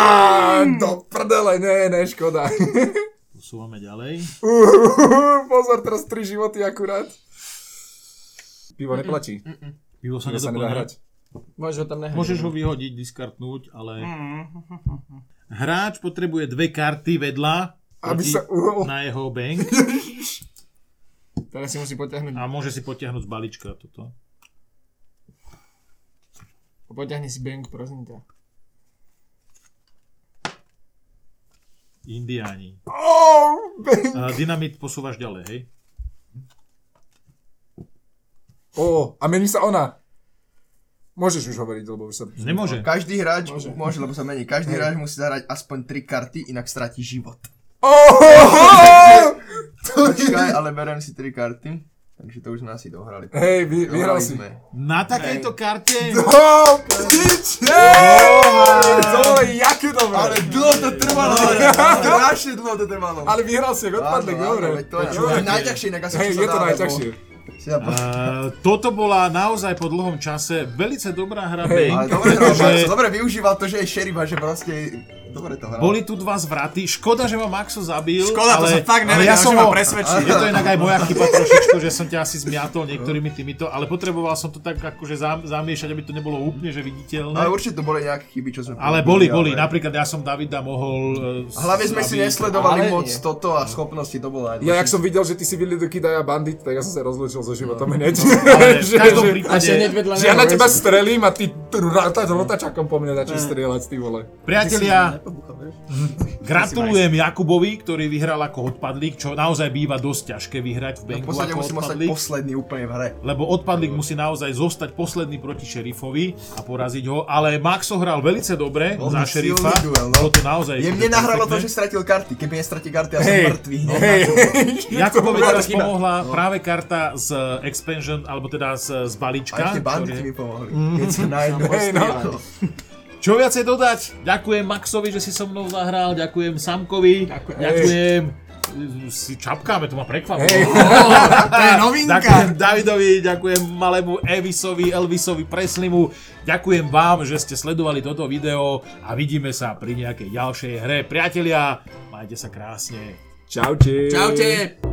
[SPEAKER 4] do prdele, ne, ne, škoda.
[SPEAKER 1] Posúvame ďalej.
[SPEAKER 4] Uh, pozor, teraz tri životy akurát. Pivo neplatí.
[SPEAKER 1] Pivo sa
[SPEAKER 4] To sa nedá
[SPEAKER 1] nedoplňa.
[SPEAKER 4] hrať.
[SPEAKER 5] Môžeš ho tam nehať.
[SPEAKER 1] Môžeš ho vyhodiť, diskartnúť, ale... Hráč potrebuje dve karty vedľa
[SPEAKER 4] Aby
[SPEAKER 1] proti-
[SPEAKER 4] sa Oh. uhol.
[SPEAKER 1] na jeho bank
[SPEAKER 5] Teraz si musí potiahnuť.
[SPEAKER 1] a môže si potiahnuť z balíčka toto.
[SPEAKER 5] Potiahni si bank, prosím ťa.
[SPEAKER 1] Indiáni.
[SPEAKER 4] Oh, ben.
[SPEAKER 1] A dynamit posúvaš ďalej, hej?
[SPEAKER 4] oh, a mení sa ona. Môžeš už hovoriť, lebo už sa...
[SPEAKER 1] Nemôže.
[SPEAKER 3] Každý hráč môže, môže lebo sa mení. Každý hráč musí zahrať aspoň 3 karty, inak stratí život.
[SPEAKER 4] Oh,
[SPEAKER 3] Počkaj, ale berem si 3 karty. Takže to už sme asi dohrali.
[SPEAKER 4] Hej, vy, vyhral
[SPEAKER 3] Dohrali
[SPEAKER 4] si.
[SPEAKER 3] sme.
[SPEAKER 1] Na takejto karte...
[SPEAKER 4] Oh, pič! Jej! To je jaké dobré.
[SPEAKER 3] Ale dlho to trvalo.
[SPEAKER 2] trvalo.
[SPEAKER 3] Strašne dlho to trvalo.
[SPEAKER 4] Ale vyhral si, ak odpadli,
[SPEAKER 3] Áno, áno,
[SPEAKER 4] dobre.
[SPEAKER 3] veď to je-
[SPEAKER 4] Počúvaj.
[SPEAKER 3] je najťažšie, inak asi
[SPEAKER 4] Hej,
[SPEAKER 3] čo sa
[SPEAKER 4] je to
[SPEAKER 3] dá,
[SPEAKER 4] najťažšie.
[SPEAKER 3] lebo si na po-
[SPEAKER 1] Uh, toto bola naozaj po dlhom čase velice dobrá hra
[SPEAKER 4] Hej.
[SPEAKER 3] Ale
[SPEAKER 1] Bang.
[SPEAKER 3] dobre hral,
[SPEAKER 1] Že-
[SPEAKER 3] Maxo, dobre využíval to, že je šeriba, že proste... Dobre to hral.
[SPEAKER 1] No. Boli tu dva zvraty. Škoda, že ma Maxo zabil.
[SPEAKER 2] Škoda, to
[SPEAKER 1] ale,
[SPEAKER 2] som fakt
[SPEAKER 1] ale
[SPEAKER 2] nevedel, že
[SPEAKER 1] som
[SPEAKER 2] ma
[SPEAKER 1] ho-
[SPEAKER 2] presvedčil.
[SPEAKER 1] Je to inak aj moja chyba trošičku, že som ťa asi zmiatol niektorými týmito, ale potreboval som to tak akože zam- zamiešať, aby to nebolo úplne že viditeľné.
[SPEAKER 3] Ale určite to boli nejaké chyby, čo sme
[SPEAKER 1] Ale
[SPEAKER 3] povedali,
[SPEAKER 1] boli, boli.
[SPEAKER 3] ale-
[SPEAKER 1] Napríklad ja som Davida mohol... eh,
[SPEAKER 3] Hlavne sme si
[SPEAKER 1] zabiť.
[SPEAKER 3] nesledovali
[SPEAKER 5] Ale
[SPEAKER 3] moc
[SPEAKER 5] nie.
[SPEAKER 3] toto a schopnosti, to bolo aj...
[SPEAKER 4] Ja, jak som videl, že ty si Willy the Kid a ja bandit, tak ja som sa rozlúčil so životom hneď.
[SPEAKER 1] Ale v
[SPEAKER 4] Že-
[SPEAKER 1] každom
[SPEAKER 4] že-
[SPEAKER 5] Až je hneď
[SPEAKER 1] prípade,
[SPEAKER 5] vedľa
[SPEAKER 4] Že ja
[SPEAKER 5] neho,
[SPEAKER 4] na teba
[SPEAKER 5] vieš.
[SPEAKER 4] strelím a ty tr- rota- rotačakom po mne začneš strieľať, ty vole.
[SPEAKER 1] priatelia, gratulujem Jakubovi, ktorý vyhral ako odpadlík, čo naozaj býva dosť ťažké vyhrať v
[SPEAKER 3] V
[SPEAKER 1] Bengu
[SPEAKER 3] podstate
[SPEAKER 1] ako
[SPEAKER 3] musím ostať
[SPEAKER 1] odpadlík.
[SPEAKER 3] posledný úplne v hre.
[SPEAKER 1] lebo odpadlík musí naozaj zostať posledný proti šerifovi a poraziť ho, ale Maxo hral veľmi dobre
[SPEAKER 3] Veľmi
[SPEAKER 1] za šerifa,
[SPEAKER 3] silný duel, no.
[SPEAKER 1] bolo to naozaj
[SPEAKER 3] Jemne
[SPEAKER 1] akože
[SPEAKER 3] nahralo to,
[SPEAKER 1] perfektné.
[SPEAKER 3] že stratil karty. Keby nestratí karty, ja som
[SPEAKER 4] Hej.
[SPEAKER 3] mŕtvý. No.
[SPEAKER 4] Hej,
[SPEAKER 1] Jakubovi
[SPEAKER 4] bola
[SPEAKER 1] teraz
[SPEAKER 4] chyba.
[SPEAKER 1] pomohla práve karta z expansion, alebo teda z, z
[SPEAKER 3] A
[SPEAKER 1] balíčka.
[SPEAKER 3] ešte banditi mi pomohli. Keď sa nájdu.
[SPEAKER 4] Mm. Hej, no.
[SPEAKER 1] Čo viacej dodať? Ďakujem Maxovi, že si so mnou zahral, ďakujem Samkovi, ďakujem, si čapkáme, to ma prekvapilo.
[SPEAKER 2] To je novinka.
[SPEAKER 1] Ďakujem Davidovi, ďakujem malému Evisovi, Elvisovi Preslimu, ďakujem vám, že ste sledovali toto video a vidíme sa pri nejakej ďalšej hre. Priatelia, majte sa krásne.
[SPEAKER 4] Čaute.
[SPEAKER 2] Čaute.